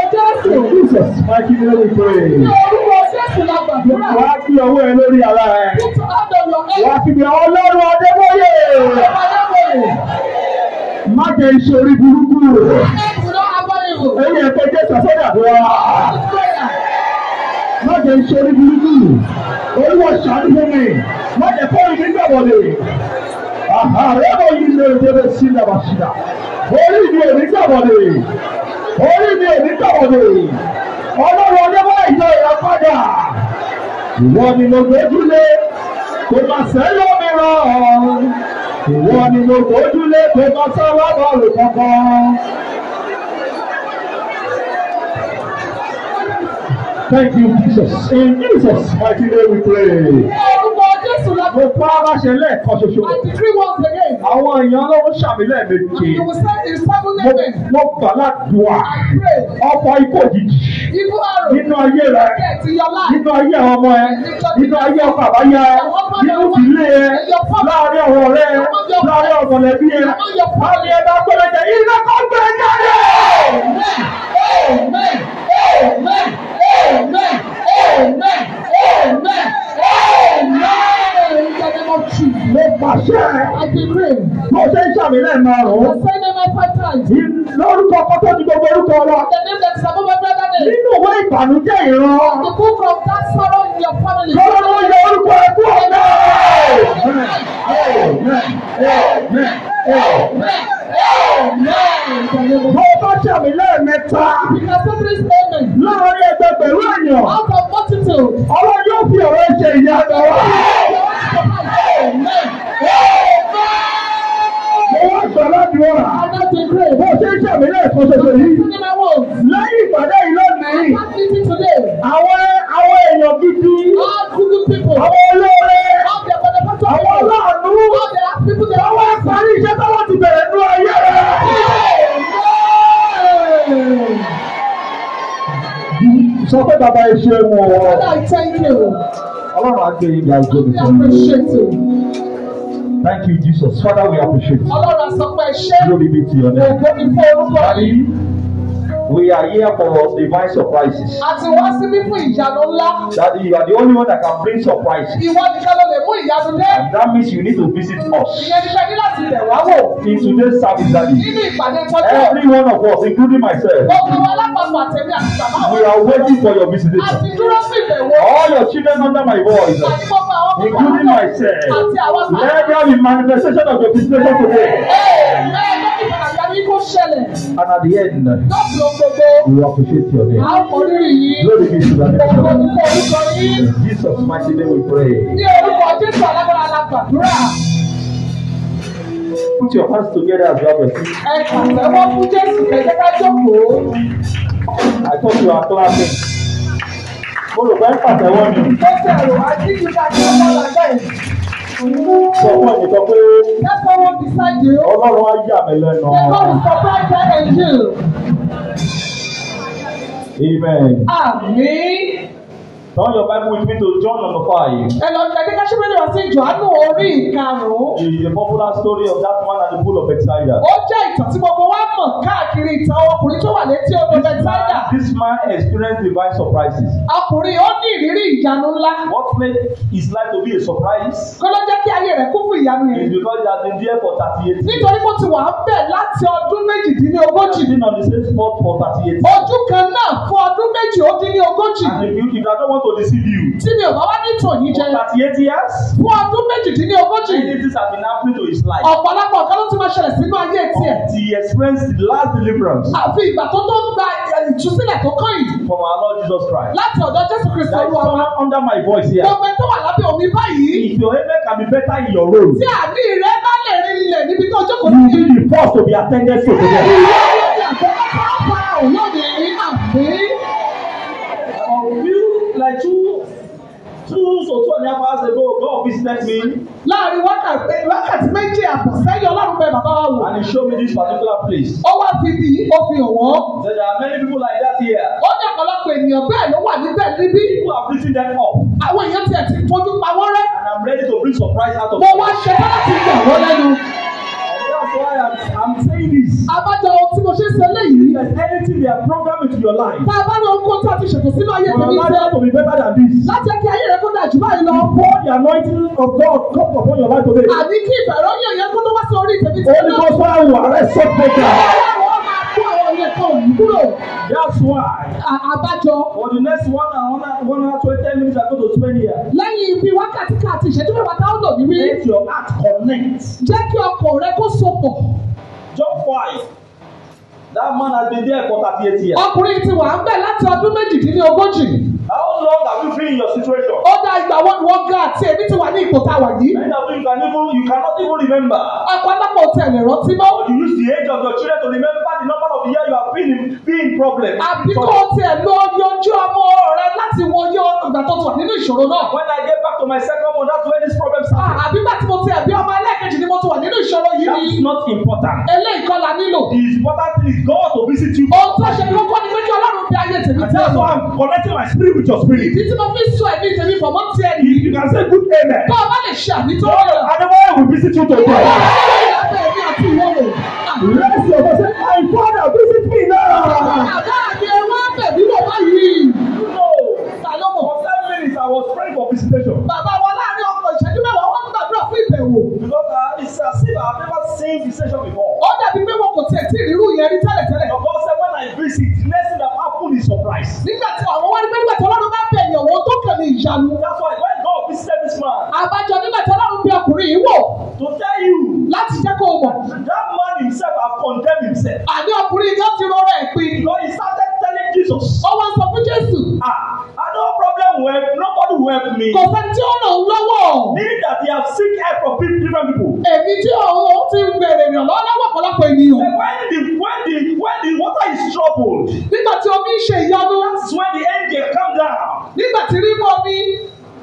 [SPEAKER 2] In Jesus, mighty name
[SPEAKER 1] Ní
[SPEAKER 2] we pray.
[SPEAKER 1] orúkọ jésù lọ́gbà kúrò.
[SPEAKER 2] Wàá fi ọwọ́ ẹ lórí ara ẹ.
[SPEAKER 1] Put hand on your head.
[SPEAKER 2] Wàá fi bí ọlọ́run Adébóyè. Má jẹ iṣẹ́ orí burúkú.
[SPEAKER 1] Head will not have any room.
[SPEAKER 2] Ẹyẹ ẹ̀kọ́ jẹ́ sàṣẹ́dà fún wa.
[SPEAKER 1] Prayer.
[SPEAKER 2] Má jẹ iṣẹ́ orí burúkú. Olúwa ṣàánú fún mi. Má jẹ fọ́ọ̀rù mi gbàgbọ́dé. Àhàrẹ́bọ̀ yìí lè débẹ̀ sí ìdàbàṣìdà. Orí mi ò ní gbàgbọ́dé. Orí mi ò ní gbàgbọ́dé. Ọlọ́run Adébóyè yọ ìràpadà. Ìwọ ni mo gbójúlé, kò má sẹ́yọ́ mi rán. Ìwọ ni mo gbójúlé, kò má sáwá bọ̀ọ̀lù kankan. Thank you, Jesus. In Jesus' mighty name we pray.
[SPEAKER 1] Ní orúkọ jésù lọ́gbà.
[SPEAKER 2] Mo pa aláṣẹ lẹ́ẹ̀kan ṣoṣo.
[SPEAKER 1] I decree once again.
[SPEAKER 2] Àwọn èèyàn ọlọ́run ṣàmì lẹ́ẹ̀mejì.
[SPEAKER 1] You will say in seven
[SPEAKER 2] Mo
[SPEAKER 1] names.
[SPEAKER 2] mo gbà ládùúà.
[SPEAKER 1] I pray.
[SPEAKER 2] Ọkọ̀ ikú òjijì.
[SPEAKER 1] Evil arrow.
[SPEAKER 2] Nínú ayé rẹ̀.
[SPEAKER 1] Get in your life.
[SPEAKER 2] Nínú ayé àwọn ọmọ ẹ. Nínú ayé ọkọ̀ àbáyá ẹ. Nínú ìdílé ẹ. Láàárín àwọn ọ̀rẹ́ ẹ. Láàárín àwọn mọ̀lẹ́bí ẹ. Láàárín ẹ̀dá gbọ́dọ̀jẹ̀ yìí lọ́kọ̀ gbé jáde.
[SPEAKER 1] Amen. Amen. Amen. Amen. Amen. Amen. In the name of Jesus.
[SPEAKER 2] Mo pàṣẹ.
[SPEAKER 1] I decree.
[SPEAKER 2] Mo ṣe ń ṣàmì
[SPEAKER 1] I
[SPEAKER 2] lẹ́ẹ̀márùn-ún.
[SPEAKER 1] say name my five times.
[SPEAKER 2] lórúkọ kọ́tọ́ ni gbogbo orúkọ wa.
[SPEAKER 1] The name that is above every other name.
[SPEAKER 2] nínú ìwé ìbànújẹ́ ìran
[SPEAKER 1] The book of that sorrow in your family.
[SPEAKER 2] lọ́wọ́ ló yẹ orúkọ ẹkú ọ̀nà.
[SPEAKER 1] Amen. Amen. In the name of
[SPEAKER 2] mo bá ṣàmì lẹ́ẹ̀mẹ́ta
[SPEAKER 1] You can say this amen.
[SPEAKER 2] lọ́rọ̀ yẹ gbẹgbẹ̀rún èèyàn
[SPEAKER 1] Out of multitude.
[SPEAKER 2] ọlọ́ yóò fi ọ̀rọ̀ ṣe ìyanu wa.
[SPEAKER 1] Amen.
[SPEAKER 2] mo wá gbà láti ọ̀rà
[SPEAKER 1] And I decree.
[SPEAKER 2] mo ṣe ń ṣàmì lẹ́ẹ̀kan ṣoṣo yìí
[SPEAKER 1] Sing my words.
[SPEAKER 2] lẹ́yìn ìpàdé yìí lónìí
[SPEAKER 1] That meeting today.
[SPEAKER 2] àwọn àwọn èèyàn gidi
[SPEAKER 1] All good people.
[SPEAKER 2] àwọn
[SPEAKER 1] All
[SPEAKER 2] olóore
[SPEAKER 1] the benefactors.
[SPEAKER 2] àwọn
[SPEAKER 1] All the
[SPEAKER 2] aláàánú.
[SPEAKER 1] happy people. They
[SPEAKER 2] Àwọn
[SPEAKER 1] always
[SPEAKER 2] àǹfààní iṣẹ́ tó wọ́n ti bẹ̀rẹ̀ ní ayé rẹ̀. Sọ pé bàbá ẹ ṣe wọ̀ ọ́.
[SPEAKER 1] And I thank you.
[SPEAKER 2] Ọlọ́run á gbé ìgbà ìjọ
[SPEAKER 1] We
[SPEAKER 2] mi.
[SPEAKER 1] appreciate you.
[SPEAKER 2] Thank you Jesus. Father we appreciate you.
[SPEAKER 1] Ọlọ́run àsọpẹ́ ṣé.
[SPEAKER 2] Glory be to your name.
[SPEAKER 1] Ògo ni fún orúkọ yìí.
[SPEAKER 2] Daddy, we are here for divine surprises.
[SPEAKER 1] Àti wá síbí fún ìyanu ńlá.
[SPEAKER 2] Daddy, you are the only one that can bring surprises.
[SPEAKER 1] Ìwọ nìkan ló lè mú ìyanu dé.
[SPEAKER 2] And that means you need to visit us.
[SPEAKER 1] Ìyẹn ni pé ní láti bẹ̀ wá wò.
[SPEAKER 2] In today's service, Daddy,
[SPEAKER 1] Nínú ìpàdé tọ́jú.
[SPEAKER 2] every one of us, including myself,
[SPEAKER 1] Gbogbo wa lápapọ̀ àtẹ̀mí àti bàbá wa.
[SPEAKER 2] we are waiting for your
[SPEAKER 1] A ti
[SPEAKER 2] visitation.
[SPEAKER 1] dúró sí ìbẹ̀wò.
[SPEAKER 2] All your children under my voice.
[SPEAKER 1] Àti gbogbo àwọn ọmọ wa.
[SPEAKER 2] including myself.
[SPEAKER 1] Àti àwọn ọmọ wa.
[SPEAKER 2] Let there be manifestation of the visitation today.
[SPEAKER 1] Ẹ̀ẹ́dẹ́gbẹ̀rún àgbáyé kò ṣẹlẹ̀
[SPEAKER 2] And at the end,
[SPEAKER 1] láti ohun gbogbo
[SPEAKER 2] we will appreciate your name.
[SPEAKER 1] a ó mọ rírì yìí
[SPEAKER 2] Glory be to the
[SPEAKER 1] gbogbo
[SPEAKER 2] name.
[SPEAKER 1] nípa orúkọ yín
[SPEAKER 2] In Jesus' mighty name we pray.
[SPEAKER 1] ní orúkọ jésù alágbára la gbàdúrà
[SPEAKER 2] Put your hands together as you have a seat.
[SPEAKER 1] ẹ pàtẹ́wọ́ fún jésù kẹ̀kẹ́ ká jókòó
[SPEAKER 2] I thought you were clapping. Mo rò pé ń pàtẹ́wọ́ ni.
[SPEAKER 1] ó ti ẹ̀rọ àdíjú ká kí wọ́n bá lágbà ẹ̀
[SPEAKER 2] Sọ fún ẹnìkan pé
[SPEAKER 1] lẹ́kọ̀ọ́ wọn bí sáàjì ó
[SPEAKER 2] Ọlọ́run á yà mí lẹ́nu.
[SPEAKER 1] lẹ́kọ̀ọ́ wọn sọ pé ẹ̀jẹ̀ ẹ̀jẹ̀
[SPEAKER 2] Amen.
[SPEAKER 1] àmì
[SPEAKER 2] Turn your Bible with me to John number five.
[SPEAKER 1] ẹ lọ jẹ́ kí káṣíbẹ́lì wá sí jòhánù orí ìkarùn-ún
[SPEAKER 2] The the popular story of that man at the pool of Bethsaida.
[SPEAKER 1] ó jẹ́ ìtàn tí gbogbo wa mọ̀ káàkiri ìtàn ọkùnrin tó wà létí odò bẹ́tẹ́dà
[SPEAKER 2] This man experienced divine surprises.
[SPEAKER 1] ọkùnrin ó ní ìrírí ìyanu ńlá
[SPEAKER 2] What made his life to be a surprise
[SPEAKER 1] kó ló jẹ́ kí ayé rẹ̀ kún fún ìyanu yẹn
[SPEAKER 2] is because he has been there for 38 years.
[SPEAKER 1] nítorí kó ti wà ń bẹ̀ láti ọdún méjìdínlógójì
[SPEAKER 2] Been on the same spot for 38 years.
[SPEAKER 1] ojú kan náà fún ọdún méjì ó dín ní ogójì
[SPEAKER 2] And if, you, if I don't want to deceive you,
[SPEAKER 1] tí mi ò bá wá ní tòyí jẹ
[SPEAKER 2] for 38 years,
[SPEAKER 1] fún ọdún méjìdínlógójì
[SPEAKER 2] many things have been happening to his life.
[SPEAKER 1] ọ̀pọ̀lọpọ̀ nǹkan ló ti máa ṣẹlẹ̀ sínú ayé tiẹ̀
[SPEAKER 2] He experienced the last deliverance
[SPEAKER 1] àfi ìgbà tó tó gba ìtúsílẹ̀ tó kàn yìí
[SPEAKER 2] from our Lord Jesus Christ.
[SPEAKER 1] láti ọ̀dọ̀ jésù kristu
[SPEAKER 2] There is
[SPEAKER 1] olúwa wa
[SPEAKER 2] someone under my voice here.
[SPEAKER 1] gbogbo ẹ̀ tó wà lábẹ́ omi báyìí
[SPEAKER 2] If your amen can be better in your role,
[SPEAKER 1] tí àní rẹ bá lè rinlẹ̀ níbi tó jókòó
[SPEAKER 2] you
[SPEAKER 1] sí.
[SPEAKER 2] need the first to be attended to today.
[SPEAKER 1] ìwé ìròyìn àgbẹ̀wò pàápàá òun ní àbí.
[SPEAKER 4] you like two two so two and a half hours ago God visited me
[SPEAKER 1] láàrin wákàtí wákàtí méjì àbọ̀ sẹ́yìn ọlọ́run bẹ bàbá wa wò.
[SPEAKER 2] And he showed me this particular place.
[SPEAKER 1] ó wá fi bí ó fi hàn wọ́n.
[SPEAKER 2] He said, There are many people like that here
[SPEAKER 1] ó ní ọ̀pọ̀lọpọ̀ ènìyàn bẹ́ẹ̀ ló wà níbẹ̀ níbí.
[SPEAKER 2] who have written them up.
[SPEAKER 1] àwọn èèyàn tiẹ̀ ti fojú pamọ́ rẹ́.
[SPEAKER 2] And I'm ready to bring surprise out of
[SPEAKER 1] mo
[SPEAKER 2] it.
[SPEAKER 1] wá ṣe bá láti gbà wọ́n lẹ́nu.
[SPEAKER 2] That's why I'm, I'm saying this.
[SPEAKER 1] abájọ ohun tí mo ṣe ń ṣe léyìí.
[SPEAKER 2] If there's anything they are programming to your life,
[SPEAKER 1] tá a bá lọ kó tá a ti ṣètò sínú ayé
[SPEAKER 2] for
[SPEAKER 1] tèmi
[SPEAKER 2] your life
[SPEAKER 1] fẹ́.
[SPEAKER 2] not to be better than this.
[SPEAKER 1] láti ẹkẹ ayé rẹ kó dà jù báyìí lọ.
[SPEAKER 2] Pour the anointing of God come upon your life today.
[SPEAKER 1] àní kí ìbẹ̀rẹ̀ oyè yẹn kó tó wá sí orí tèmi tí
[SPEAKER 2] Holy Ghost fire will arrest Satan. That's why
[SPEAKER 1] Àbájọ
[SPEAKER 2] for the next one hour, one hour, twenty minutes I'm going to spend here.
[SPEAKER 1] lẹ́yìn ibi wákàtí kan àti ìṣẹ́jú mẹ́wàá táwọn lò níbí
[SPEAKER 2] Let your heart connect.
[SPEAKER 1] jẹ́ kí ọkàn rẹ kó sopọ̀.
[SPEAKER 2] John five. That man has been there for thirty-eight years.
[SPEAKER 1] Ọkùnrin ti wà ń bẹ̀ láti ọdún méjìdínlógójì.
[SPEAKER 2] How long have you been in your situation?
[SPEAKER 1] Ó dá ìgbà wọn ni wọ́n ga àti èmi ti wà ní ipò tá a wà yìí.
[SPEAKER 2] Many of you can even you cannot even remember.
[SPEAKER 1] Ọ̀pọ̀lọpọ̀ ti ẹ̀rẹ̀ rántí mọ́.
[SPEAKER 2] You use the age of your children to remember the number of years you have been in been in problem.
[SPEAKER 1] Àbí kó o ti ẹ̀ lọ yọjú ọmọ rẹ láti wo yọ ìgbà tó ti wà nínú ìṣòro náà.
[SPEAKER 2] When I get back to my second one, that's where this problem
[SPEAKER 1] À-
[SPEAKER 2] started.
[SPEAKER 1] Ah, Àbí gbà tí mo ti ẹ̀bí ọmọ ẹlẹ́ẹ̀kejì ni mo ti wà nínú ìṣòro yìí
[SPEAKER 2] That
[SPEAKER 1] ni
[SPEAKER 2] is not important.
[SPEAKER 1] eléyìí kọ́ la nílò.
[SPEAKER 2] The important thing is God to visit you.
[SPEAKER 1] Ohun tó ṣe kókó ni pé kí Ọlọ́run fi ayé tèmi
[SPEAKER 2] And
[SPEAKER 1] tẹ́
[SPEAKER 2] that's
[SPEAKER 1] ọ̀tọ̀.
[SPEAKER 2] why I'm connecting my spirit with your spirit.
[SPEAKER 1] Ìdí tí mo fi sọ ẹ̀mí tèmi pọ̀ mọ́ ti ẹ̀yìn.
[SPEAKER 2] If you can say good amen.
[SPEAKER 1] Bá a bá lè ṣe àbí tó
[SPEAKER 2] God,
[SPEAKER 1] rẹ̀.
[SPEAKER 2] and the way will visit you today. Raise your voice and say, "My Father, visit me now." You know, for ten minutes I was praying for visitation. Because uh, it's as if I've never seen visitation before. The Lord said, when I visit, next thing that happen is surprise. That's why when God visited this man,
[SPEAKER 1] Àbájọ nígbà tí Ọlọ́run bí ọkùnrin yìí wò
[SPEAKER 2] to tell you,
[SPEAKER 1] láti jẹ́ kó o mọ̀.
[SPEAKER 2] that man himself have condemned himself.
[SPEAKER 1] Àní ọkùnrin yìí láti rọra ẹ̀ pin.
[SPEAKER 2] Because he started telling Jesus,
[SPEAKER 1] Ó wá sọ fún Jésù,
[SPEAKER 2] ah, I no problem will help, nobody will help me.
[SPEAKER 1] kò sẹ́ni tí ó ràn án lọ́wọ́.
[SPEAKER 2] Meaning that he have seek help from pe- different people.
[SPEAKER 1] èmi tí òun ti ń bèrè ìrànlọ́wọ́ lọ́wọ́ ọ̀pọ̀lọpọ̀ ènìyàn
[SPEAKER 2] And when the, when the, when the water is troubled, it's
[SPEAKER 1] nígbà tí omi ń ṣe ìyanu
[SPEAKER 2] when the angel come down.
[SPEAKER 1] nígbà tí rírú omi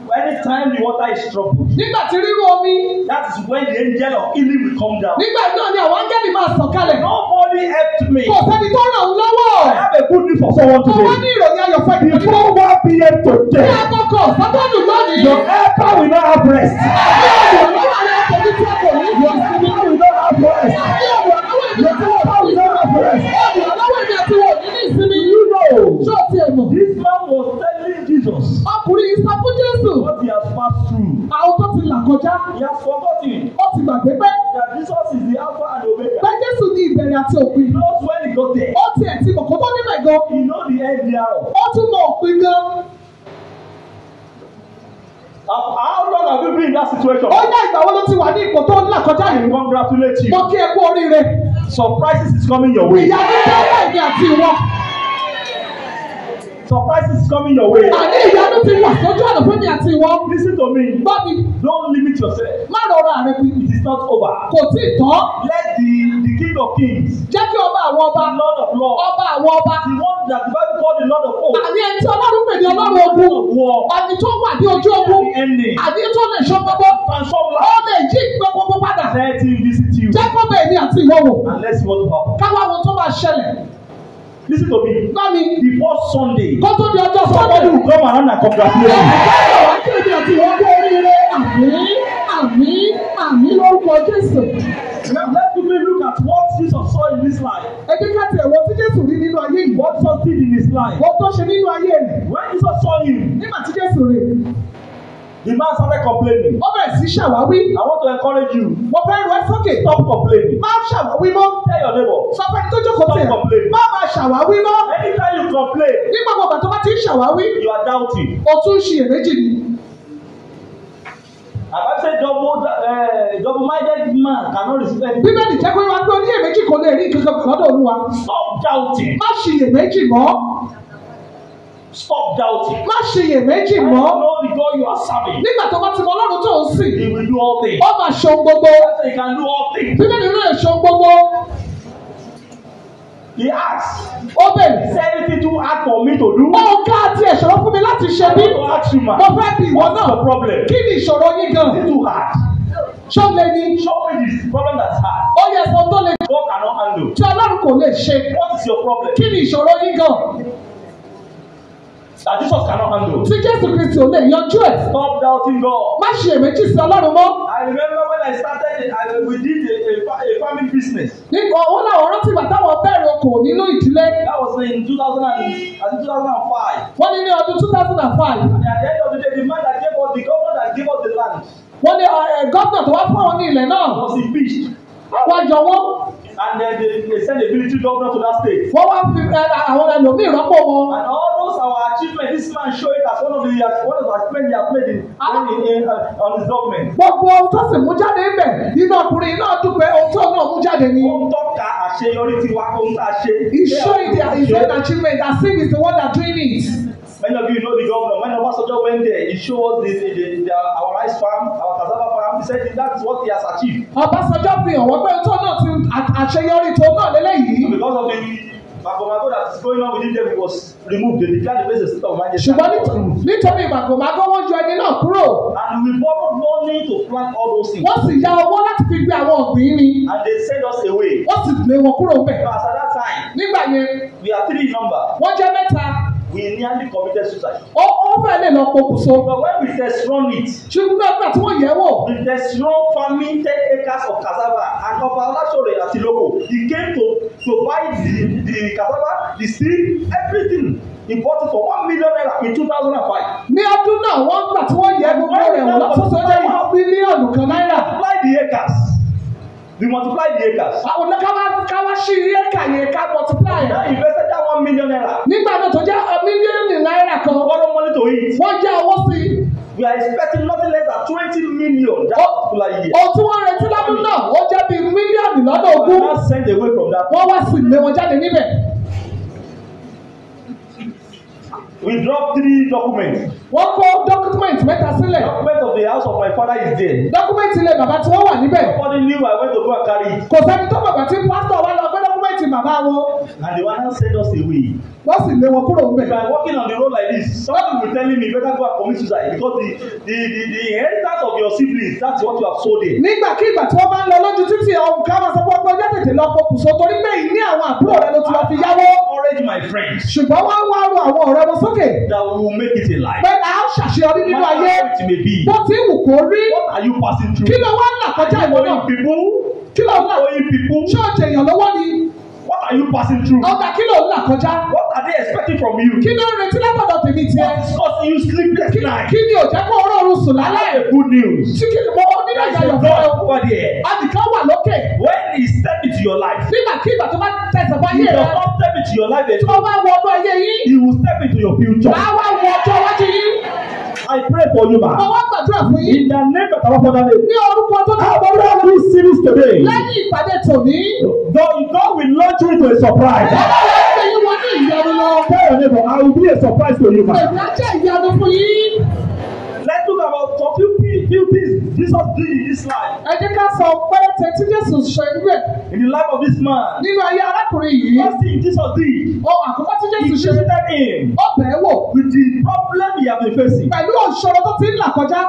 [SPEAKER 2] Anytime the water is troubled,
[SPEAKER 1] nígbà tí rírú omi
[SPEAKER 2] that is when the angel of healing will come down.
[SPEAKER 1] nígbà náà ni àwọn áńgẹ́lì máa sọ̀ kalẹ̀
[SPEAKER 2] Nobody helped me.
[SPEAKER 1] kò sẹ́ni tó ràn án lọ́wọ́
[SPEAKER 2] I have a good news for someone
[SPEAKER 1] mo wá ní
[SPEAKER 2] today.
[SPEAKER 1] ìròyìn ayọ̀ fún ẹ̀dùn ní
[SPEAKER 2] Before 1 p.m. today,
[SPEAKER 1] àkọ́kọ́ sátọ́nù lónìí
[SPEAKER 2] your helper will not have rest.
[SPEAKER 1] ìrànlọ́wọ́ rẹ tẹ̀lé tí a kò ní ìrànlọ́wọ́
[SPEAKER 2] Your helper will not have rest.
[SPEAKER 1] èmi
[SPEAKER 2] Your
[SPEAKER 1] àti
[SPEAKER 2] helper will not have rest.
[SPEAKER 1] ìrànlọ́wọ́ èmi àti wọ̀ nínú ìsinmi
[SPEAKER 2] You know,
[SPEAKER 1] ṣó ti ẹ̀ mọ̀
[SPEAKER 2] this man was telling Jesus
[SPEAKER 1] ọkùnrin yìí sọ fún Jésù
[SPEAKER 2] what he has passed through.
[SPEAKER 1] àwọn tó ti là kọjá
[SPEAKER 2] He has forgotten
[SPEAKER 1] ó ti gbàgbé pé
[SPEAKER 2] that Jesus is the Alpha and Omega.
[SPEAKER 1] pé Jésù ní ìbẹ̀rẹ̀ àti òpin
[SPEAKER 2] He knows when he got there.
[SPEAKER 1] ó tiẹ̀ ti mọ̀ kó tó níbẹ̀ gan
[SPEAKER 2] He knows the end thereof.
[SPEAKER 1] ó tún mọ̀ òpin gan
[SPEAKER 2] How how long have you been in that situation?
[SPEAKER 1] ó yá ìgbà wo ló ti wà ní ipò tó ń là kọjá
[SPEAKER 2] I
[SPEAKER 1] yìí
[SPEAKER 2] congratulate
[SPEAKER 1] mo
[SPEAKER 2] you.
[SPEAKER 1] kí ẹ kú oríire
[SPEAKER 2] surprises is coming your way
[SPEAKER 1] ìyá tó tẹ́lẹ̀ èmi àti ìwọ
[SPEAKER 2] surprises is coming your way
[SPEAKER 1] àní ìyá tó ti wà lójú ọ̀nà fún mi àti ìwọ
[SPEAKER 2] lis ten to me
[SPEAKER 1] gbọ́ mi
[SPEAKER 2] don't limit yourself
[SPEAKER 1] má lọ ra rẹ pin
[SPEAKER 2] it is not over
[SPEAKER 1] kò tí ì tán
[SPEAKER 2] let the the king of kings
[SPEAKER 1] jẹ́ kí ọba àwọn ọba
[SPEAKER 2] the lord of lords
[SPEAKER 1] ọba àwọn ọba
[SPEAKER 2] the one that the bible call the lord of hosts
[SPEAKER 1] àní ẹni tí ọlọ́run pè ní ọlọ́run
[SPEAKER 2] the
[SPEAKER 1] ogun
[SPEAKER 2] lord of war
[SPEAKER 1] ẹni tó wà ní ojú ogun
[SPEAKER 2] the ending
[SPEAKER 1] àní tó lè ṣọ́ gbogbo
[SPEAKER 2] transform
[SPEAKER 1] ó
[SPEAKER 2] life
[SPEAKER 1] lè jí ìgbẹ́ gbogbo padà
[SPEAKER 2] let him visit you
[SPEAKER 1] jẹ́ kó bẹ̀ èmi àti ìwọ wò
[SPEAKER 2] and let's see what happen
[SPEAKER 1] káwá wo tó máa ṣẹlẹ̀
[SPEAKER 2] lis ten to me
[SPEAKER 1] gbọ́ mi
[SPEAKER 2] before sunday
[SPEAKER 1] kó tó di ọjọ́
[SPEAKER 2] somebody
[SPEAKER 1] sọ́dọ̀dù.
[SPEAKER 2] will come around and congratulate you now let me look at what jesus saw in his life what jesus did in his life when jesus saw him the man started complaining i want to encourage you stop complaining tell your neighbor anytime you complain you are doubting i say double uh, double minded man cannot receive anything
[SPEAKER 1] Bíbélì jẹ́ pé wá gbé oníyèméjì kò lè rí nǹkan kan lọ́dọ̀ Olúwa.
[SPEAKER 2] stop doubting
[SPEAKER 1] Má ṣiyèméjì mọ́.
[SPEAKER 2] stop doubting
[SPEAKER 1] Má ṣiyèméjì
[SPEAKER 2] you
[SPEAKER 1] mọ́.
[SPEAKER 2] know the god you are serving
[SPEAKER 1] nígbà tó bá ti mọ ọlọ́run tó ń sìn
[SPEAKER 2] he will do all things
[SPEAKER 1] ó máa ṣohun gbogbo
[SPEAKER 2] he can do all things
[SPEAKER 1] bíbélì náà ṣohun gbogbo
[SPEAKER 2] he asked
[SPEAKER 1] ó bẹ̀rẹ̀
[SPEAKER 2] say anything to ask for me to do
[SPEAKER 1] ó ká àti ẹ̀ṣọ́rọ́ fún mi láti ṣe
[SPEAKER 2] i
[SPEAKER 1] bí
[SPEAKER 2] want to ask you man
[SPEAKER 1] mo fẹ́ bí ìwọ
[SPEAKER 2] what's
[SPEAKER 1] náà
[SPEAKER 2] the problem
[SPEAKER 1] kí ni ìṣòro yín gan
[SPEAKER 2] it's too hard
[SPEAKER 1] ṣó lè ní
[SPEAKER 2] show me the problem that's hard
[SPEAKER 1] ó yẹ sọ tó lè
[SPEAKER 2] god cannot handle
[SPEAKER 1] tí ọlọ́run kò lè ṣe
[SPEAKER 2] what is your problem
[SPEAKER 1] kí ni ìṣòro yín gan
[SPEAKER 2] that jesus cannot handle
[SPEAKER 1] tí jésù kristi ò lè yanjú ẹ̀
[SPEAKER 2] stop doubting god
[SPEAKER 1] má ṣe èméjì sí ọlọ́run mọ́
[SPEAKER 2] i remember when i started i we did a a, fa- a farming business
[SPEAKER 1] nípa òun làwọn rántí ìgbà táwọn bẹ̀rẹ̀ okò nínú ìdílé
[SPEAKER 2] that was in two thousand and i think two thousand and five
[SPEAKER 1] wọ́n ní ní ọdún two thousand and five
[SPEAKER 2] and at the end of the day the man that gave us the governor that gave us the land
[SPEAKER 1] wọ́n ní gọ́dọ̀ tó wá fún àwọn ní ilẹ̀ náà
[SPEAKER 2] was impeached
[SPEAKER 1] wọ́n yọ wọ́n
[SPEAKER 2] and then they they send a military governor to that state
[SPEAKER 1] wọ́n wá fi ẹ, àwọn ẹlòmíì rọ́pò wọn.
[SPEAKER 2] and all those our achievement this man show it as one of the one of the achievement he has made in
[SPEAKER 1] Ah.
[SPEAKER 2] in, in uh, on his government.
[SPEAKER 1] gbogbo ohun tó sì mú jáde ń bẹ̀ inú ọkùnrin náà dúpẹ́ ohun tó náà mú jáde ni.
[SPEAKER 2] ó ń tọ́ka àṣeyọrí tiwa ohun tá a ṣe.
[SPEAKER 1] He showed their his own achievement as if he's the one that doing it.
[SPEAKER 2] many of you know the governor when obasanjo went there he show us the the the the our rice farm our cassava farm he said that's what he has achieved
[SPEAKER 1] Ọbásanjọ́ fi hàn wọ́n pé ohun tó náà ti a- àṣeyọrí tó náà lélẹ́yìí.
[SPEAKER 2] and because of the magomago that is going on within them he was removed they declared the place a state of emergency
[SPEAKER 1] ṣùgbọ́n nít- nítorí màgòmágó wọ́n yọ ẹni náà kúrò.
[SPEAKER 2] and we borrowed money to plant all those things
[SPEAKER 1] Wọ́n sì ya owó láti fi gbé àwọn ọ̀gbìn ni.
[SPEAKER 2] and they send us away
[SPEAKER 1] Wọ́n sì lé wọn kúrò bẹ̀.
[SPEAKER 2] because at that time
[SPEAKER 1] Nígbà yẹn,
[SPEAKER 2] we are three in number
[SPEAKER 1] wọ́n jẹ́ mẹ́ta.
[SPEAKER 2] we nearly committed suicide
[SPEAKER 1] Ó ó fẹ́ lè lọ pokùnso.
[SPEAKER 2] but when we test run it
[SPEAKER 1] Ṣùgbọ́n nígbà tí wọ́n yẹ̀ wò,
[SPEAKER 2] The Desron farming ten acres of cassava and Oba Olasore àti Loko he came to to buy the the cassava the seed everything he bought it for one million naira in two thousand and five.
[SPEAKER 1] ní ọdún náà wọ́n gbà tí wọ́n yẹ gbogbo rẹ̀ wọ́n lọ́sọ̀tọ̀ jẹ́ wọ́n bílíọ̀nù kan náírà.
[SPEAKER 2] Multiply the acres we multiply the acres.
[SPEAKER 1] àwọn oníkàwá káwá sí ilé kàyé ká multiply.
[SPEAKER 2] Now he invested that one million naira
[SPEAKER 1] nígbà náà tó jẹ́ mílíọ̀nù náírà kan
[SPEAKER 2] borrow money to eat
[SPEAKER 1] wọ́n jẹ́ owó sí i.
[SPEAKER 2] we are expecting nothing less than twenty million that particular year.
[SPEAKER 1] ohun tí wọ́n retí lọ́dún náà ó jẹ́ bíi mílíọ̀nù lọ́dọ̀
[SPEAKER 2] We
[SPEAKER 1] ogún.
[SPEAKER 2] are not sent away from that.
[SPEAKER 1] wọ́n wá sí ilé wọn jáde níbẹ̀.
[SPEAKER 2] We drop three documents.
[SPEAKER 1] wọ́n kó dọ́kúmẹ̀ntì mẹ́ta sílẹ̀.
[SPEAKER 2] Document of the house of my father is there.
[SPEAKER 1] dọ́kúmẹ̀ntì ilé bàbá tí wọ́n wà níbẹ̀.
[SPEAKER 2] Accordingly I went to go and carry it.
[SPEAKER 1] kò sẹ́ni tó bàbá tí pásítọ̀ wá lọ gbé dọ́kúmẹ̀ntì bàbá wọn.
[SPEAKER 2] and the one hand send us away.
[SPEAKER 1] wọ́n sì lé wọn kúrò níbẹ̀.
[SPEAKER 2] If I'm walking on the road like this, somebody will tell me you better go and commit suicide because the the the, the inheritance of your siblings that's what you have sold in.
[SPEAKER 1] nígbàkigbà tí wọ́n bá ń lọ lójú títì ọ̀hún ká máa sọ pé ọgbọ́n jẹ́ tètè lọ pokùnso torí pé ìní àwọn àbúrò rẹ ló ti lọ fi yáwó
[SPEAKER 2] Encourage my friends
[SPEAKER 1] ṣùgbọ́n wọ́n wá ru àwọn ọ̀rẹ́ wọn sókè
[SPEAKER 2] that we will make it in life.
[SPEAKER 1] pé a ó ṣàṣeyọrí nínú ayé
[SPEAKER 2] Matter what it may be,
[SPEAKER 1] bó ti wù kó rí
[SPEAKER 2] what are you passing
[SPEAKER 1] kí
[SPEAKER 2] through?
[SPEAKER 1] ló wá ń là kọjá ìwọ náà
[SPEAKER 2] Owing people,
[SPEAKER 1] kí ló ń là
[SPEAKER 2] owing people,
[SPEAKER 1] ṣọ́ọ̀jì èèyàn lọ́wọ́ ni
[SPEAKER 2] what are you passing through?
[SPEAKER 1] ọgbà kí ló ń là kọjá
[SPEAKER 2] What are they expecting from you?
[SPEAKER 1] kí ló ń retí látọ̀dọ̀ tèmi tiẹ̀
[SPEAKER 2] What is causing you sleepless
[SPEAKER 1] Kí-
[SPEAKER 2] night?
[SPEAKER 1] kí ni ò jẹ́ kó rọrùn sùn lálẹ́
[SPEAKER 2] That's the good news.
[SPEAKER 1] tí kí ni mo nílò ìdáyọ̀
[SPEAKER 2] There is a
[SPEAKER 1] fún
[SPEAKER 2] God
[SPEAKER 1] ẹ
[SPEAKER 2] over there.
[SPEAKER 1] adìkan wà lókè
[SPEAKER 2] When he step into your life,
[SPEAKER 1] nígbàkigbà tó bá tẹsẹ̀ bá
[SPEAKER 2] he
[SPEAKER 1] yé
[SPEAKER 2] does
[SPEAKER 1] rẹ
[SPEAKER 2] not step into your life
[SPEAKER 1] tó
[SPEAKER 2] alone.
[SPEAKER 1] bá wọnú ayé yín
[SPEAKER 2] He will step into your future.
[SPEAKER 1] Wàá wá wo ọjọ́ iwájú yín.
[SPEAKER 2] I pray for you,
[SPEAKER 1] Mo
[SPEAKER 2] ma.
[SPEAKER 1] wá gbàdúrà fún yín
[SPEAKER 2] In the name of our Father, name.
[SPEAKER 1] ní orúkọ tó
[SPEAKER 2] How
[SPEAKER 1] dára
[SPEAKER 2] about we this series today?
[SPEAKER 1] lẹ́yìn ìpàdé tòní.
[SPEAKER 2] God, God will launch you into a surprise.
[SPEAKER 1] Bàbá rẹ̀ ṣe yín wọ́n ní ìyanu lọ.
[SPEAKER 2] Tell your neighbor, I will be a surprise to you, man.
[SPEAKER 1] Èmi á jẹ́ ìyanu fún yín.
[SPEAKER 2] Let's look about some few, thi- few things Jesus did in this life,
[SPEAKER 1] Ẹ jẹ́ ká sọ péréte tí Jésù ṣe níbẹ̀
[SPEAKER 2] in the life of this man.
[SPEAKER 1] nínú ayé arákùnrin yìí.
[SPEAKER 2] First thing Jesus did,
[SPEAKER 1] Ohun àkọ́kọ́ tí
[SPEAKER 2] he
[SPEAKER 1] Jésù ṣe
[SPEAKER 2] visited him
[SPEAKER 1] ó bẹ̀ẹ́ wò
[SPEAKER 2] with the problem he had been facing.
[SPEAKER 1] pẹ̀lú ìṣòro tó ti ń là kọjá.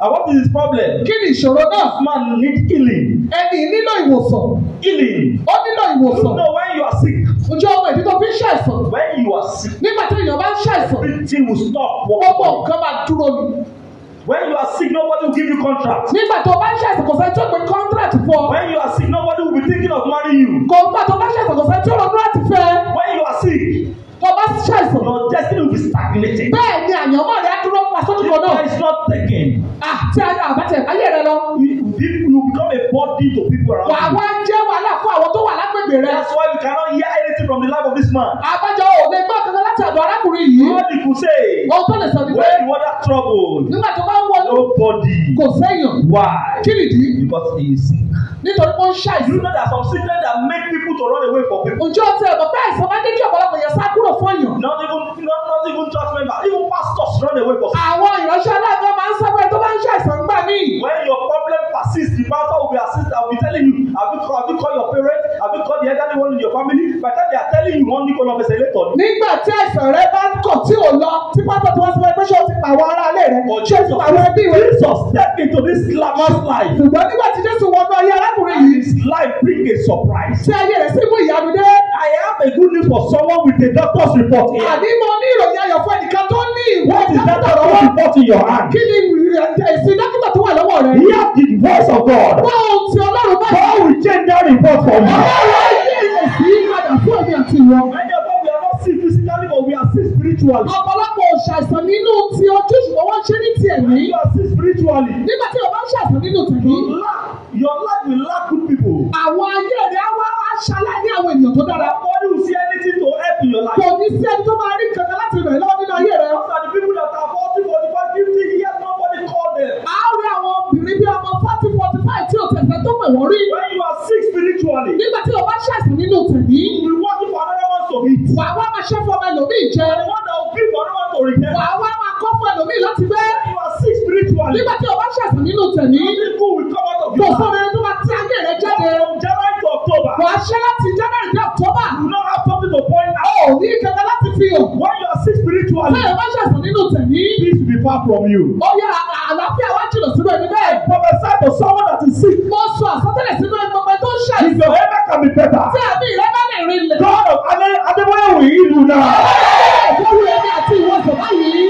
[SPEAKER 2] And what is his problem?
[SPEAKER 1] Kí ni ìṣòro náà?
[SPEAKER 2] This man need healing.
[SPEAKER 1] Ẹni nílò ìwòsàn.
[SPEAKER 2] Healing.
[SPEAKER 1] Ó nílò
[SPEAKER 2] You
[SPEAKER 1] ìwòsàn.
[SPEAKER 2] know when you are sick,
[SPEAKER 1] Ǹjẹ́ ọmọ ìdí tó fi ń ṣàìsàn?
[SPEAKER 2] when you are sick,
[SPEAKER 1] Nígbà tí èèyàn bá ń ṣàìsàn,
[SPEAKER 2] everything will stop
[SPEAKER 1] gbogbo
[SPEAKER 2] working.
[SPEAKER 1] nǹkan máa dúró ni.
[SPEAKER 2] When you are sick, nobody will give you contract.
[SPEAKER 1] Nígbà tó bá ń ṣàìsàn, kò sẹ́ni tó gbé kọ́ńtrátì fún ọ.
[SPEAKER 2] When you are sick, nobody will be thinking of marrying you.
[SPEAKER 1] Kò nígbà tó bá ṣàìsàn, kò sẹ́ni tó rọdún láti fẹ́.
[SPEAKER 2] When you are sick,
[SPEAKER 1] Tó bá ṣàìsàn,
[SPEAKER 2] your destiny will be stagnated.
[SPEAKER 1] bẹ́ẹ̀ ni àyànmọ́ rẹ̀ á dúró pa sójú kan náà.
[SPEAKER 2] That is not taken.
[SPEAKER 1] Àti àbátẹ̀ ayé rẹ lọ.
[SPEAKER 2] You you become a body to people
[SPEAKER 1] Wà á wá
[SPEAKER 2] around you.
[SPEAKER 1] jẹ́ wàhálà fún àwọn tó wà lágbègbè rẹ.
[SPEAKER 2] That's why you cannot hear anything from the life of this man.
[SPEAKER 1] Àbájọ ò lè gbọ́ kankan láti àbọ̀ arákùnrin yìí.
[SPEAKER 2] All the crusade,
[SPEAKER 1] Ohun tó lè sọ ni pé
[SPEAKER 2] when you were that trouble,
[SPEAKER 1] nígbà tó bá ń wọnú
[SPEAKER 2] nobody.
[SPEAKER 1] kò séèyàn.
[SPEAKER 2] Why?
[SPEAKER 1] Kí nìdí?
[SPEAKER 2] Because he is sick.
[SPEAKER 1] Nítorí pé ó ń
[SPEAKER 2] You
[SPEAKER 1] ṣàìsàn.
[SPEAKER 2] know that some sickness that make people to run away from people.
[SPEAKER 1] Ǹjẹ́ o ti ẹ̀mọ̀ pé àìsàn máa ń jẹ́ kí ọ̀pọ̀lọpọ̀ yẹn sá kúrò fún èèyàn?
[SPEAKER 2] Not even not, not even church members, even pastors run away from
[SPEAKER 1] Àwọn ìránṣẹ́ aláàbọ̀ máa ń sábẹ́ tó bá ń ṣàìsàn gbà míì.
[SPEAKER 2] When your problem persists, the pastor will be assist. I'll be telling you, have you called, have you called your parents? Have you called the elderly one in your family? By the time they are telling you, one Nicola is a later.
[SPEAKER 1] Nígbà tí àìsàn rẹ bá ń kọ̀ tí ò lọ, tí pásítọ̀ tí wọ́n sọ pé ṣé o ti pàwọ́ ara rẹ̀ rẹ̀,
[SPEAKER 2] For
[SPEAKER 1] ṣé o ti
[SPEAKER 2] Jesus,
[SPEAKER 1] pàwọ́ ẹbí rẹ̀?
[SPEAKER 2] Jesus step into this slammer's life.
[SPEAKER 1] Ṣùgbọ́n nígbà tí Jésù wọnú ayé arákùnrin yìí,
[SPEAKER 2] His life bring a surprise.
[SPEAKER 1] tí ayé rẹ̀ sì mú ìyanu dé.
[SPEAKER 2] I have a good news for someone with a doctor's report here.
[SPEAKER 1] Àní mo ní ìròyìn ayọ̀ fún ẹnìkan tó ní ìwé
[SPEAKER 2] What is that
[SPEAKER 1] dókítà lọ́wọ́.
[SPEAKER 2] doctor's report in your hand?
[SPEAKER 1] Kí ni ìrìn- èsì dókítà tó wà lọ́wọ́ rẹ̀?
[SPEAKER 2] Hear the voice of God.
[SPEAKER 1] Báwo ti Ọlọ́run bá yẹ?
[SPEAKER 2] God will change that report for you.
[SPEAKER 1] Ọlọ́run ayé èsì yìí padà fún èmi àti ìwọ.
[SPEAKER 2] Many of us we are not sick physically, but we are sick spiritually.
[SPEAKER 1] Ọ̀pọ̀lọpọ̀ ṣàìsàn nínú ti ojú ṣùgbọ́n wọ́n ṣe ní ti ẹ̀mí.
[SPEAKER 2] You are sick spiritually.
[SPEAKER 1] Nígbà tí o bá ń ṣàìsàn nínú tẹ̀mí,
[SPEAKER 2] You lack, your life will lack good people.
[SPEAKER 1] àwọn ayé rẹ̀ á wá aṣálá ní àwọn ènìyàn tó dára.
[SPEAKER 2] Nobody will see anything to help in your life.
[SPEAKER 1] Kò ní sí ẹni tó máa rí kankan láti rẹ̀ lọ́wọ́ nínú ayé rẹ̀.
[SPEAKER 2] Those are the people that are 40, 45, 50 years, nobody called them.
[SPEAKER 1] A ó rí àwọn obìnrin bí ọmọ forty forty five tí o tẹ̀sẹ̀ tó pè wọ́n rí.
[SPEAKER 2] When you are sick spiritually,
[SPEAKER 1] Nígbà tí o bá ṣàìsàn nínú tẹ̀mí,
[SPEAKER 2] you will work for another one to eat.
[SPEAKER 1] wàá wá máa ṣẹ́ fún ọmọ ẹlòmíì jẹ.
[SPEAKER 2] The one that will give for another one to return.
[SPEAKER 1] Wàá wá máa kọ́ fún ẹlòmíì láti gbé.
[SPEAKER 2] You are sick spiritually.
[SPEAKER 1] Nígbà tí o bá ṣàìsàn nínú tẹ̀mí,
[SPEAKER 2] Nothing good will come out of
[SPEAKER 1] kò
[SPEAKER 2] your life.
[SPEAKER 1] sóore tó máa tẹ ayé rẹ jáde.
[SPEAKER 2] From January to October,
[SPEAKER 1] Wàá ṣẹ́ láti January dé October.
[SPEAKER 2] you don't have something to point
[SPEAKER 1] Ó
[SPEAKER 2] out.
[SPEAKER 1] ní kankan láti fi hàn.
[SPEAKER 2] When you are sick spiritually,
[SPEAKER 1] Báyọ̀ bá ṣàìsàn nínú tẹ̀mí.
[SPEAKER 2] peace will be far from you.
[SPEAKER 1] Ó yá à- àlàáfíà wá jìnnà sínú ẹni bẹ́ẹ̀.
[SPEAKER 2] Prophesy to someone that is sick.
[SPEAKER 1] Mo sọ àsọtẹ́lẹ̀ sínú ẹni gbogbo tó ń
[SPEAKER 2] If
[SPEAKER 1] ṣàìsàn.
[SPEAKER 2] your heaven can be better,
[SPEAKER 1] Tí àmì rẹ bá lè rinlẹ̀.
[SPEAKER 2] God of Ade- Adeboye will heal you now.
[SPEAKER 1] Ìfọwọ́ ẹni àti ìwọ̀sọ̀ báyìí.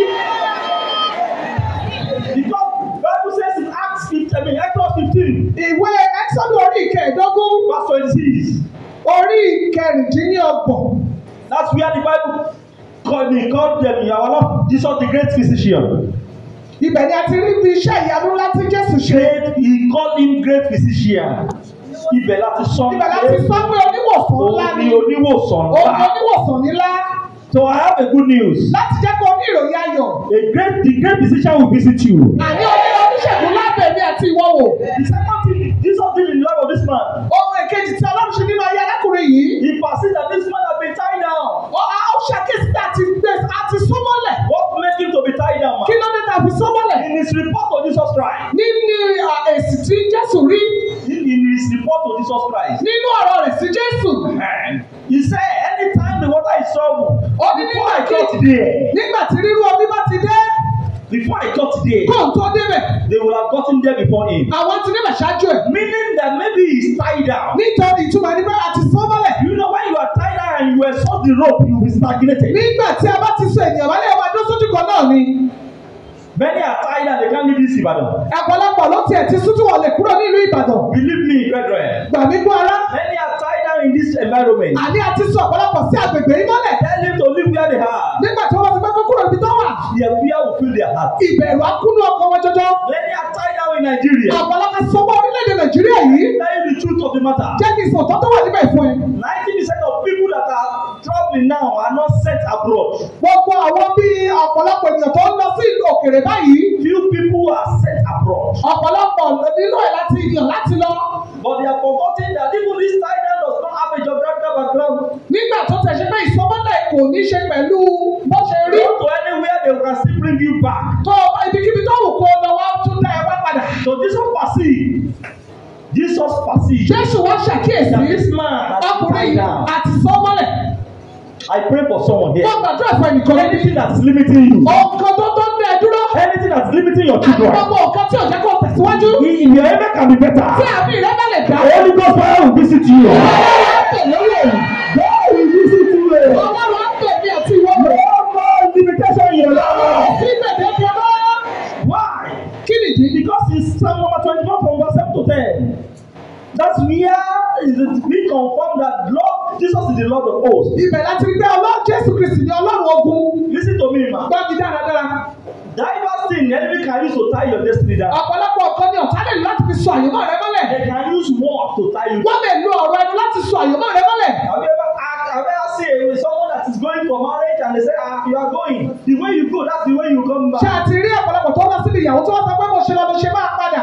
[SPEAKER 2] Because Bible says in Acts 15, I mean, Acts 15,
[SPEAKER 1] Ìwé Ẹ́sọ́dù orí ìkẹẹ̀dógún
[SPEAKER 2] verse 26.
[SPEAKER 1] orí ìkẹrìndínlọ́gbọ̀n.
[SPEAKER 2] That's where the Bible called me, called them, our Lord Jesus, the great physician.
[SPEAKER 1] Ibẹ̀ ni a ti rí bí iṣẹ́ ìyanu ńlá tí Jésù ṣe.
[SPEAKER 2] Great, he called him great physician. Ibẹ̀ láti sọ
[SPEAKER 1] Ibẹ̀ la ti sọ pé oníwòsàn ńlá
[SPEAKER 2] òun
[SPEAKER 1] ni.
[SPEAKER 2] ni oníwòsàn
[SPEAKER 1] Òun ni
[SPEAKER 2] ńlá.
[SPEAKER 1] oníwòsàn nílá.
[SPEAKER 2] So I have a good news.
[SPEAKER 1] Láti jẹ́ kó ní ìròyìn ayọ̀.
[SPEAKER 2] A great, the great physician will visit you.
[SPEAKER 1] Àní oní oníṣègùn lábẹ́ mi àti ìwọ wò.
[SPEAKER 2] The second thing, Jesus did in the life of this man.
[SPEAKER 1] Ohun èkejì tí Ọlọ́run ṣe nínú ayé arákùnrin yìí.
[SPEAKER 2] He perceived that this man had been tied down.
[SPEAKER 1] Ó á ó ṣàkíyèsí pé àti gbé àti súnmọ́lẹ̀.
[SPEAKER 2] What made him to be tied down,
[SPEAKER 1] Kí
[SPEAKER 2] man?
[SPEAKER 1] ló dé tàbí súnmọ́lẹ̀?
[SPEAKER 2] In his report to Jesus Christ,
[SPEAKER 1] Nínú à, èsì tí Jésù rí
[SPEAKER 2] in, in his report to Jesus Christ,
[SPEAKER 1] nínú ọ̀rọ̀ rẹ̀ sí Jésù.
[SPEAKER 2] and he said, anytime the water is troubled,
[SPEAKER 1] Ó ní
[SPEAKER 2] before
[SPEAKER 1] nígbà
[SPEAKER 2] I
[SPEAKER 1] tí
[SPEAKER 2] got there,
[SPEAKER 1] nígbà tí rírú omi bá ti dé
[SPEAKER 2] Before I got there,
[SPEAKER 1] kó n tó débẹ̀.
[SPEAKER 2] they would have gotten there before him.
[SPEAKER 1] Àwọn ti débẹ̀ ṣáájú ẹ̀.
[SPEAKER 2] Meaning that maybe he's tied down.
[SPEAKER 1] Nítorí ìtumọ̀ ẹni pé a ti súnmọ́lẹ̀.
[SPEAKER 2] You know, when you are tied down and you exhaust the rope, you will be stagnated.
[SPEAKER 1] Nígbà tí a bá ti sọ ènìyàn wálé ọba dún sójú kan náà ni.
[SPEAKER 2] Many are tied down, they can't leave this Ibadan.
[SPEAKER 1] Ọ̀pọ̀lọpọ̀ ló tiẹ̀ ti sútú wọlé kúrò nílùú Ìbàdàn.
[SPEAKER 2] Believe me, brethren.
[SPEAKER 1] Gbà mí gbọ́ ara.
[SPEAKER 2] Many are tied down in this environment.
[SPEAKER 1] Àní a ti sọ ọ̀pọ̀lọpọ̀ sí agbègbè yìí mọ́lẹ̀.
[SPEAKER 2] Tell them to leave where they are.
[SPEAKER 1] Nígbà tí wọ́n bá ti gbé kúrò níbi tó wà.
[SPEAKER 2] Their fear will fill their heart.
[SPEAKER 1] Ìbẹ̀rù akúnú ọkọ̀ wọn jọjọ.
[SPEAKER 2] Many are tied down in Nigeria.
[SPEAKER 1] Ọ̀pọ̀lọpọ̀ sọ́wọ́ orílẹ̀-èdè Nàìjíríà yìí.
[SPEAKER 2] Tell you the truth of the matter.
[SPEAKER 1] Jẹ́ kí n sọ ọ̀tọ́ tó wà níbẹ̀ fún ẹ.
[SPEAKER 2] Ninety percent of people that are trapped traveling now are not sent abroad.
[SPEAKER 1] Gbogbo àwọn bí ọ̀pọ̀lọpọ̀ ènìyàn tó ń lọ sí ìlú òkèrè báyìí,
[SPEAKER 2] Few people are sent abroad.
[SPEAKER 1] ọ̀pọ̀lọpọ̀ nínú ẹ̀ láti yàn láti lọ.
[SPEAKER 2] But they are forgotten that even this title does not have a geographical background.
[SPEAKER 1] Nígbà tó tẹ̀ ṣe pé ìsọmọ́lẹ̀ kò ní ṣe pẹ̀lú bó ṣe rí.
[SPEAKER 2] Go to anywhere they can still bring you back.
[SPEAKER 1] Tó o bá ibikíbi tó wù kó o lọ wá tún dá ẹ wá padà.
[SPEAKER 2] So Jesus perceived. Jesus perceived.
[SPEAKER 1] Jésù wá ṣàkíyèsí
[SPEAKER 2] that this man has
[SPEAKER 1] ọkùnrin
[SPEAKER 2] tied
[SPEAKER 1] yìí
[SPEAKER 2] down.
[SPEAKER 1] àti sọmọ́lẹ̀.
[SPEAKER 2] I pray for someone here.
[SPEAKER 1] Wọ́n gbàdúrà fún ẹnìkan.
[SPEAKER 2] Anything that's limiting you,
[SPEAKER 1] Ọ̀kan tó tó ń bẹ dúró.
[SPEAKER 2] anything that's limiting your
[SPEAKER 1] Àti
[SPEAKER 2] children,
[SPEAKER 1] gbogbo ọ̀kan tí ò jẹ́ kó tẹ̀síwájú.
[SPEAKER 2] he- your amen can be
[SPEAKER 1] Tí
[SPEAKER 2] better.
[SPEAKER 1] àmì rẹ bá lè dá.
[SPEAKER 2] The Holy Ghost fire will visit you.
[SPEAKER 1] Ọlọ́run á pè lórí èyí.
[SPEAKER 5] báwo ni sí ti rẹ̀
[SPEAKER 1] Ọlọ́run á pè mí àti ìwọ́n mi.
[SPEAKER 5] wọ́n mọ limitation yẹn lára.
[SPEAKER 1] Sí gbèdéke mọ́.
[SPEAKER 2] Why?
[SPEAKER 1] Kí nìdí?
[SPEAKER 2] Because in Psalm number 24 from verse 7 to 10, that's where is it we confirm that Lord Jesus is the Lord of hosts.
[SPEAKER 1] Ibẹ̀ láti rí pé ọlọ́run Jésù Kristì ni ọlọ́run ogun.
[SPEAKER 2] Listen to me, man.
[SPEAKER 1] Gbọ́ mi dáradára.
[SPEAKER 2] Diverse thing the enemy can use to tie your destiny down.
[SPEAKER 1] Ọ̀pọ̀lọpọ̀ ọ̀kan ni ọ̀tá lè lò láti fi sọ àyùmọ́ rẹ mọ́lẹ̀.
[SPEAKER 2] They can use war to tie you down.
[SPEAKER 1] Wọ́n lè lo ọ̀rọ̀ ẹnu láti sọ àyùmọ́ rẹ mọ́lẹ̀.
[SPEAKER 2] Have you ever asked, have you ever seen a- someone that is going for marriage and they say, ah, you are going. The way you go, that's the way you come
[SPEAKER 1] Ṣé
[SPEAKER 2] back.
[SPEAKER 1] a ti rí ọ̀pọ̀lọpọ̀ tó lọ síbi ìyàwó tí wọ́n sọ pé mo ṣe lọ mo ṣe máa padà?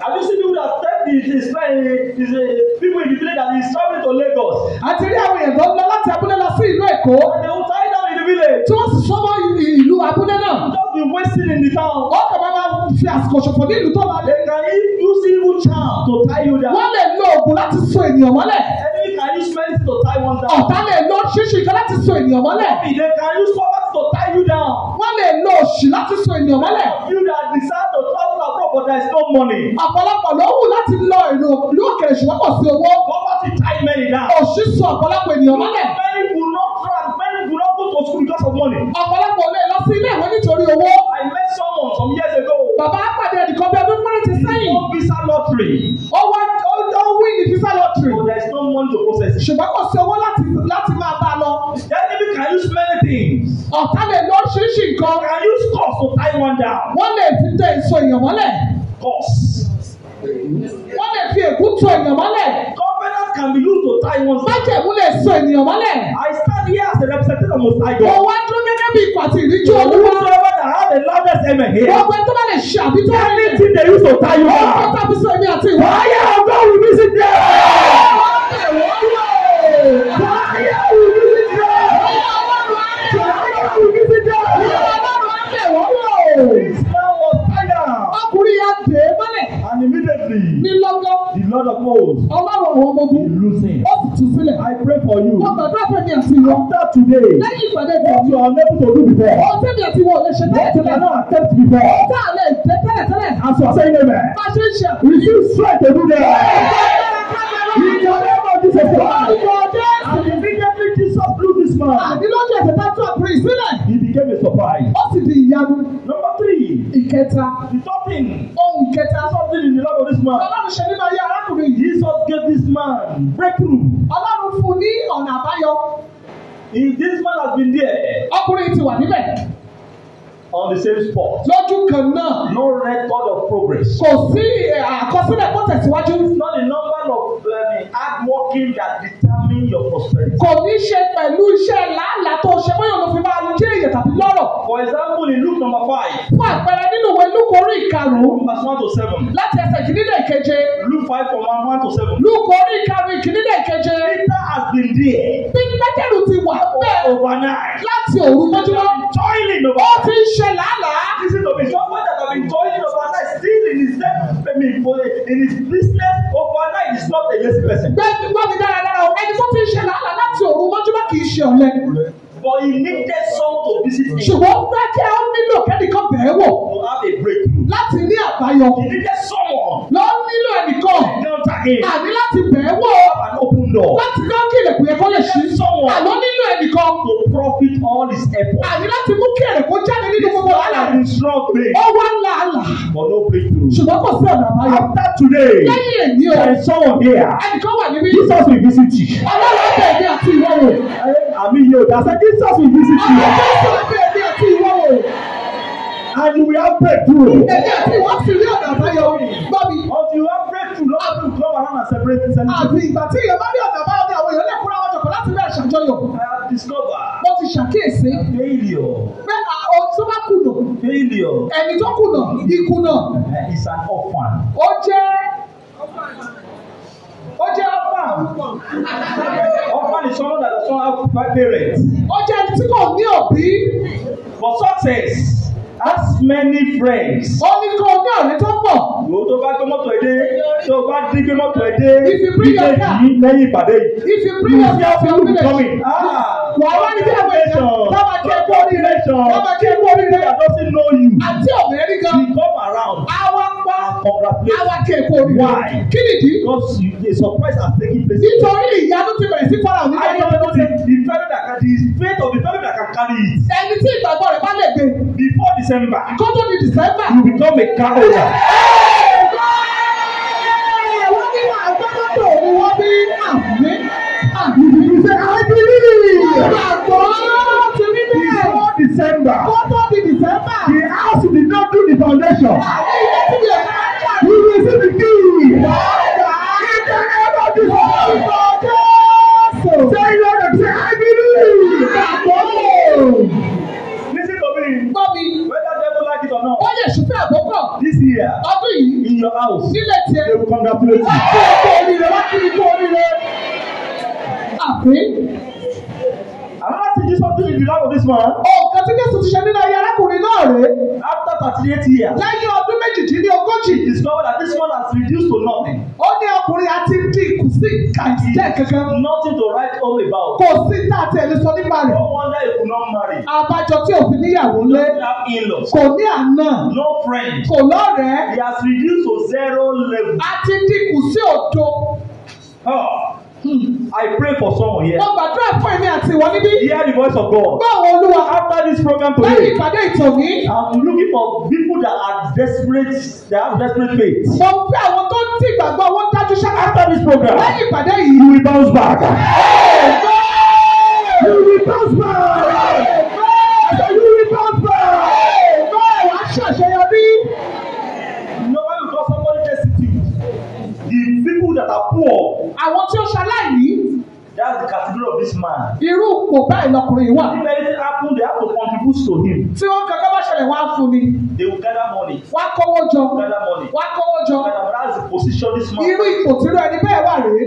[SPEAKER 2] Have you seen people that tell the, his, his, friend, his, his, people in the village that he's traveling to Lagos?
[SPEAKER 1] A ti rí àwọn èèyàn tó ń lọ láti abúlé lọ sí ìlú Èkó
[SPEAKER 2] And they will tie down in the village.
[SPEAKER 1] tí wọ́n sì sọ́mọ́ ìlú abúlé náà.
[SPEAKER 2] Just be wasting in the town.
[SPEAKER 1] Wọ́n kàn máa máa fi àsìkò ṣòfò ní ìlú tó máa dé.
[SPEAKER 2] They can e- use evil charm to tie you down.
[SPEAKER 1] Wọ́n lè lo oògùn láti so ènìyàn mọ́lẹ̀.
[SPEAKER 2] Enemy can use medicine to tie one down.
[SPEAKER 1] Ọ̀tá lè lo oríṣiríṣi nǹkan láti so ènìyàn mọ́lẹ̀.
[SPEAKER 2] They can use poverty to tie you down.
[SPEAKER 1] Wọ́n lè lo òṣì láti so ènìyàn mọ́lẹ̀.
[SPEAKER 2] You that decide to travel abroad but there is no money.
[SPEAKER 1] Ọ̀pọ̀lọpọ̀ ló wù láti lọ ìlú ìlú òkèèrè ṣùgbọ́n kò sí owó.
[SPEAKER 2] Poverty tie many down.
[SPEAKER 1] Òṣì so ọ̀pọ̀lọpọ̀ ènìyàn mọ́lẹ̀.
[SPEAKER 2] Many will not travel, many will not go to school because of money.
[SPEAKER 1] Ọ̀pọ̀lọpọ̀ lè lọ sí ilé ìwé nítorí owó.
[SPEAKER 2] I met someone some years ago.
[SPEAKER 1] Bàbá pàdé ẹnìkan bí ọdún márùn-ún ti sẹ́yìn.
[SPEAKER 2] No visa lottery.
[SPEAKER 1] Ó wá ó ó wí ní visa lottery.
[SPEAKER 2] So there is no money to process.
[SPEAKER 1] Ṣùgbọ́n kò sí owó láti láti máa bá a lọ.
[SPEAKER 2] The enemy can use many things.
[SPEAKER 1] Ọ̀tá lè lọ oríṣiríṣi nǹkan.
[SPEAKER 2] They can use curse to tie one down.
[SPEAKER 1] Wọ́n lè fi tẹ èso èèyàn mọ́lẹ̀.
[SPEAKER 2] Curse.
[SPEAKER 1] Wọ́n lè fi ègún tó èèyàn mọ́lẹ̀.
[SPEAKER 2] Covenant can be used to tie one down.
[SPEAKER 1] Májẹ̀mú lè so ènìyàn mọ́lẹ̀.
[SPEAKER 2] I stand here as a representative of Most High
[SPEAKER 1] Mo
[SPEAKER 2] God.
[SPEAKER 1] wá dúró gẹ́gẹ́ bí ìpàtì ìríjú olúwa.
[SPEAKER 2] Whosoever that have the loudest amen here,
[SPEAKER 1] Gbogbo ẹni tó bá lè ṣe àbítọ́ rẹ̀.
[SPEAKER 2] anything they use to tie you
[SPEAKER 1] Ó
[SPEAKER 2] up,
[SPEAKER 1] tàbí sọ èmi àti ìwọ.
[SPEAKER 2] fire of God will visit them. Fire will visit them. Fire will visit them. This man was tired,
[SPEAKER 1] Ọkùnrin yà dé mọ́lẹ̀
[SPEAKER 2] and immediately
[SPEAKER 1] ní lọ́gọ́.
[SPEAKER 2] the Lord of hosts
[SPEAKER 1] Ọlọ́run àwọn ọmọ ogun.
[SPEAKER 2] loosed him.
[SPEAKER 1] Ó sì tú sílẹ̀.
[SPEAKER 2] I pray for you.
[SPEAKER 1] Wọ́n gbàdúrà fẹ́mi àti ìwọ.
[SPEAKER 2] After today,
[SPEAKER 1] Lẹ́yìn ìpàdé
[SPEAKER 2] what
[SPEAKER 1] ìtọ́jú.
[SPEAKER 2] you are unable to do before,
[SPEAKER 1] Ohun tẹ́mi àti ìwọ ò lè ṣe
[SPEAKER 2] what you
[SPEAKER 1] tẹ́lẹ̀tẹ́lẹ̀.
[SPEAKER 2] cannot accept before,
[SPEAKER 1] Tá a lè jẹ tẹ́lẹ̀tẹ́lẹ̀.
[SPEAKER 2] as you are saying amen,
[SPEAKER 1] Bá a ṣe ń ṣe àbí.
[SPEAKER 2] receive strength to do that. In the name of Jesus Christ. Ah. And immediately Jesus blew this man.
[SPEAKER 1] Àbí lọ́jọ́ ẹ̀sẹ̀ tá a tún àpèrè sílẹ̀.
[SPEAKER 2] He became a surprise.
[SPEAKER 1] Ó sì di ìyanu.
[SPEAKER 2] Number three,
[SPEAKER 1] Ìkẹta.
[SPEAKER 2] the third thing,
[SPEAKER 1] Ohun ìkẹta.
[SPEAKER 2] something in the life of this man.
[SPEAKER 1] Ọlọ́run ṣe nínú ayé arákùnrin yìí.
[SPEAKER 2] Jesus gave this man breakthrough.
[SPEAKER 1] Ọlọ́run fún un ní ọ̀nà àbáyọ.
[SPEAKER 2] He, this man has been there
[SPEAKER 1] Ọkùnrin ti wà níbẹ̀.
[SPEAKER 2] on the same spot.
[SPEAKER 1] Lójú kan náà.
[SPEAKER 2] No record of progress.
[SPEAKER 1] kò sí àkọsílẹ̀ kó tẹ̀síwájú
[SPEAKER 2] It's not the number of um, hard working that determine your prosperity.
[SPEAKER 1] kò ní ṣe pẹ̀lú iṣẹ́ làálàá tó ṣe bóyá ló fi máa jẹ́ èyàn tàbí lọ́rọ̀
[SPEAKER 2] For example, in Luke number five,
[SPEAKER 1] fún àpẹẹrẹ nínú ìwé lúkọrí ìkarùn-ún
[SPEAKER 2] from verse one to seven.
[SPEAKER 1] láti ẹsẹ̀ ìkínílẹ̀ ìkeje
[SPEAKER 2] Luke five from one one to seven.
[SPEAKER 1] lúkọrí ìkarùn-ún ìkínílẹ̀ ìkeje
[SPEAKER 2] Peter has been there
[SPEAKER 1] bí pétérù ti wà bẹ́ẹ̀
[SPEAKER 2] overnight.
[SPEAKER 1] láti òru mọ́júmọ́
[SPEAKER 2] Toiling
[SPEAKER 1] ó
[SPEAKER 2] over.
[SPEAKER 1] ti ń ṣe làálàá
[SPEAKER 2] Listen to me, someone that have been toiling overnight still in his debt, I mean, for- in his business overnight is not a lazy person.
[SPEAKER 1] gbẹ́bí gbọ́mi dáradára o ẹni tó ti ń ṣe làálàá láti òru mọ́júmọ́ kì í ṣe ọ̀lẹ
[SPEAKER 2] But he needed someone to visit him to
[SPEAKER 1] ṣùgbọ́n gbẹ́kẹ́ ó nílò kẹ́nìkan bẹ̀ẹ́ wò
[SPEAKER 2] have a breakthrough.
[SPEAKER 1] láti ní àbáyọ
[SPEAKER 2] He needed someone
[SPEAKER 1] ló nílò ẹnìkan
[SPEAKER 2] to counter him
[SPEAKER 1] àní láti bẹ̀ẹ́ wò ó
[SPEAKER 2] an open door
[SPEAKER 1] láti lọ kí èrè kò yẹ kó lè ṣí àlọ́ nílò ẹnìkan
[SPEAKER 2] to profit all his effort.
[SPEAKER 1] àní láti mú kí èrè kó jáde nínú gbogbo
[SPEAKER 2] God
[SPEAKER 1] wàhálà
[SPEAKER 2] has been struggling
[SPEAKER 1] ó wá ńlá àlà
[SPEAKER 2] for no breakthrough.
[SPEAKER 1] ṣùgbọ́n kò sí ọ̀nà àbáyọ
[SPEAKER 2] After today,
[SPEAKER 1] lẹ́yìn èmi o
[SPEAKER 2] there is someone here.
[SPEAKER 1] ẹnìkan wà níbí
[SPEAKER 2] Jesus will visit you.
[SPEAKER 1] ọlọ́run ọbẹ̀ èmi àti ìwọ wò
[SPEAKER 2] I mean, you. I said, Jesus will visit you.
[SPEAKER 1] ọlọ́run ọbẹ̀ èmi àti ìwọ wò
[SPEAKER 2] And you will have breakthrough.
[SPEAKER 1] èmi àti ìwọ sì rí ọ̀nà àbáyọ gbọ́ mi
[SPEAKER 2] Until you have breakthrough, Lord will come around and celebrate this. celebration.
[SPEAKER 1] àti ìgbà tí ìyẹn bá rí ọ̀nà àbáyọ ni àwọn èèyàn lè kóra wọn jọkọ̀ láti bẹ̀rẹ̀ ṣàjọyọ̀
[SPEAKER 2] I have have discovered
[SPEAKER 1] mo ti ṣàkíyèsí
[SPEAKER 2] failure
[SPEAKER 1] pé àwọn tó bá kùnà
[SPEAKER 2] failure
[SPEAKER 1] ẹni tó kùnà ìkùnà
[SPEAKER 2] eh, is an orphan.
[SPEAKER 1] ó jẹ́ ó jẹ́
[SPEAKER 2] Orphan. Orphan is someone that does not have pa- parents.
[SPEAKER 1] ó jẹ́ ẹni tí kò ní òbí
[SPEAKER 2] For success, has many friends.
[SPEAKER 1] ó ní kó ní ọ̀rẹ́ tó pọ̀
[SPEAKER 2] Ìwọ tó bá gbé mọ́tò ẹ dé, tó bá dín gbé mọ́tò ẹ dé,
[SPEAKER 1] If you bring your car.
[SPEAKER 2] yìí lẹ́yìn ìpàdé yìí.
[SPEAKER 1] if you bring your
[SPEAKER 2] Yóò
[SPEAKER 1] car
[SPEAKER 2] fi
[SPEAKER 1] to
[SPEAKER 2] ọdún
[SPEAKER 1] your
[SPEAKER 2] coming.
[SPEAKER 1] village wàá wá ní bẹ́ẹ̀ bẹ́ẹ̀ bàbá kí ẹ kú oríire bàbá kí ẹ kú oríire
[SPEAKER 2] That doesn't know you.
[SPEAKER 1] àti ọ̀bẹ̀rẹ̀ gan
[SPEAKER 2] He come around
[SPEAKER 1] àwa ń pa
[SPEAKER 2] and congratulate
[SPEAKER 1] àwa kí ẹ kú oríire
[SPEAKER 2] Why?
[SPEAKER 1] kí nìdí
[SPEAKER 2] because you, the surprise has taken place.
[SPEAKER 1] nítorí ìyanu ti bẹ̀rẹ̀ sí fara òní
[SPEAKER 2] I don't know the, the fellow that can, the faith of the fellow that can carry it.
[SPEAKER 1] ẹni tí ìgbàgbọ́ rẹ̀ bá lè gbé
[SPEAKER 2] Before December,
[SPEAKER 1] kó tó di December.
[SPEAKER 2] you become a car owner.
[SPEAKER 1] wọ́n ní àgbàdo òun wọ́n bí àmì àmì
[SPEAKER 6] Ìṣe àgbèrè.
[SPEAKER 1] àgbọ̀ ti rí bẹ́ẹ̀
[SPEAKER 6] Before December,
[SPEAKER 1] kó tó di December.
[SPEAKER 6] the house did not do the foundation.
[SPEAKER 1] àmì ilé tí yẹn máa ń wà
[SPEAKER 6] You will see the key.
[SPEAKER 1] lọ́wọ́
[SPEAKER 6] Ìjọba ti sọ ìbọn.
[SPEAKER 1] Jésù.
[SPEAKER 6] Say you are the agiri. Àkọ́kọ́.
[SPEAKER 2] Listen to me.
[SPEAKER 1] Gbọ́ mi,
[SPEAKER 2] Whether devil like it or
[SPEAKER 1] ó
[SPEAKER 2] not,
[SPEAKER 1] lè ṣùfẹ́ àkókò
[SPEAKER 2] this year
[SPEAKER 1] ọdún yìí
[SPEAKER 2] in your house,
[SPEAKER 1] nílé tiẹ̀.
[SPEAKER 2] they will congratulate you.
[SPEAKER 1] Wọ́n ti kó oríire, wọ́n ti kó oríire. Àbí
[SPEAKER 2] And I teach you something in the life of this man.
[SPEAKER 1] ọ̀kan tí Jésù ti ṣe nínú ayé arákùnrin náà rèé.
[SPEAKER 2] After 38 years,
[SPEAKER 1] Lẹ́yìn ọdún méjìdínlógójì,
[SPEAKER 2] he discovered that this man has reduced to nothing.
[SPEAKER 1] ó ní ọkùnrin àti dín kù sí kàìsílẹ̀ kankan.
[SPEAKER 2] Nothing to write home about.
[SPEAKER 1] Kò sí tá a tẹ̀lé sọ nípa rẹ̀.
[SPEAKER 2] No wonder he could not marry.
[SPEAKER 1] Abájọ tí òfin níyàwó
[SPEAKER 2] He
[SPEAKER 1] lé,
[SPEAKER 2] doesn't have in-laws.
[SPEAKER 1] kò ní àná,
[SPEAKER 2] No friends.
[SPEAKER 1] kò lọ́rẹ̀ẹ́,
[SPEAKER 2] He has reduced to zero level.
[SPEAKER 1] a ti dín kù sí òdo.
[SPEAKER 2] Oh, I pray for someone here.
[SPEAKER 1] Mo gbàdúrà fún èmi àti ìwọ níbí.
[SPEAKER 2] Hear the voice of God.
[SPEAKER 1] Báwo olúwa?
[SPEAKER 2] After this program
[SPEAKER 1] Lẹ́yìn
[SPEAKER 2] today,
[SPEAKER 1] ìpàdé ìtòní,
[SPEAKER 2] I'm looking for people that are desperate, that have desperate faith.
[SPEAKER 1] mo ń fẹ́ àwọn tó ń tí ìgbàgbọ́ owó dájú ṣáká.
[SPEAKER 2] After this program,
[SPEAKER 1] Lẹ́yìn ìpàdé yìí,
[SPEAKER 6] You will bounce back. You will bounce back. I say you will bounce back.
[SPEAKER 1] bẹ́ẹ̀ wá ṣàṣeyọrí.
[SPEAKER 2] no one will call somebody destitute. The people that are poor,
[SPEAKER 1] Àwọn tí ó ṣaláìní,
[SPEAKER 2] that's the category of this man.
[SPEAKER 1] irú kò báyìí lọkùnrin wà.
[SPEAKER 2] If anything happen, they have to contribute to him.
[SPEAKER 1] tí wọn kankan bá ṣẹlẹ̀ wá fún ni
[SPEAKER 2] They will gather money.
[SPEAKER 1] wá kọ́wọ́ jọ
[SPEAKER 2] Gather money.
[SPEAKER 1] wá kọ́wọ́ jọ
[SPEAKER 2] Gather- That's the position this
[SPEAKER 1] irú
[SPEAKER 2] man.
[SPEAKER 1] ipò tí irú ẹni bẹ́ẹ̀ wà rèé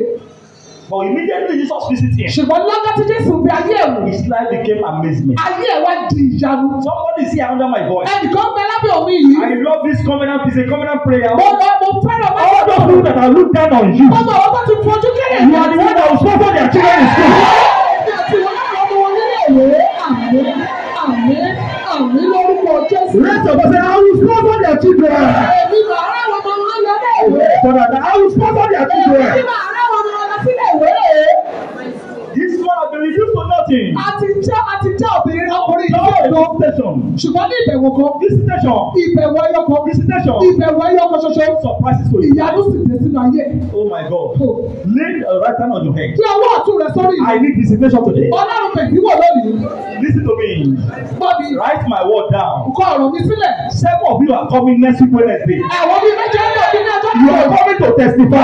[SPEAKER 2] But immediately Jesus visited him.
[SPEAKER 1] ṣùgbọ́n lọ́jọ́ tí Jésù gbé ayé ẹ̀ wò
[SPEAKER 2] His life became amazement.
[SPEAKER 1] ayé ẹ̀ wá di ìyanu
[SPEAKER 2] Somebody see under my voice.
[SPEAKER 1] ẹnìkan bẹ lábẹ́ omi yìí
[SPEAKER 2] I love this covenant. It's a covenant prayer.
[SPEAKER 1] mo mọ mo fẹ́ràn má
[SPEAKER 6] All those people that are looked down on you,
[SPEAKER 1] mo mọ àwọn tó ti fojú kéré
[SPEAKER 6] you are the one that will sponsor their children in school. Rest of us say, I will sponsor their children. So that I will sponsor their children.
[SPEAKER 2] This man has been reduced to nothing.
[SPEAKER 1] Àti jẹ́ àti jẹ́ obìnrin ọkùnrin yìí
[SPEAKER 2] Lord,
[SPEAKER 1] yóò lọ.
[SPEAKER 2] no station.
[SPEAKER 1] ṣùgbọ́n ní ìbẹ̀wò kan
[SPEAKER 2] Visitation.
[SPEAKER 1] ìbẹ̀wò ẹyọkan
[SPEAKER 2] Visitation.
[SPEAKER 1] ìbẹ̀wò ẹyọkan ṣoṣo
[SPEAKER 2] Surprises to you.
[SPEAKER 1] ìyanu sì dé sínú ayé
[SPEAKER 2] Oh my God.
[SPEAKER 1] kò
[SPEAKER 2] Lay a right hand on your head.
[SPEAKER 1] kí ọwọ́ ọ̀tún rẹ sórí
[SPEAKER 2] I need visitation today.
[SPEAKER 1] ọlọ́run pẹ̀lú wò lónìí
[SPEAKER 2] Listen to me.
[SPEAKER 1] bọ́bi
[SPEAKER 2] Write my word down.
[SPEAKER 1] kọ ọ̀rọ̀ mi sílẹ̀
[SPEAKER 2] Seven of you are coming next week Wednesday.
[SPEAKER 1] àwọn bíi méje ń bọ̀ nínú ẹjọ́
[SPEAKER 6] You are coming to testify.
[SPEAKER 1] ọ̀rọ̀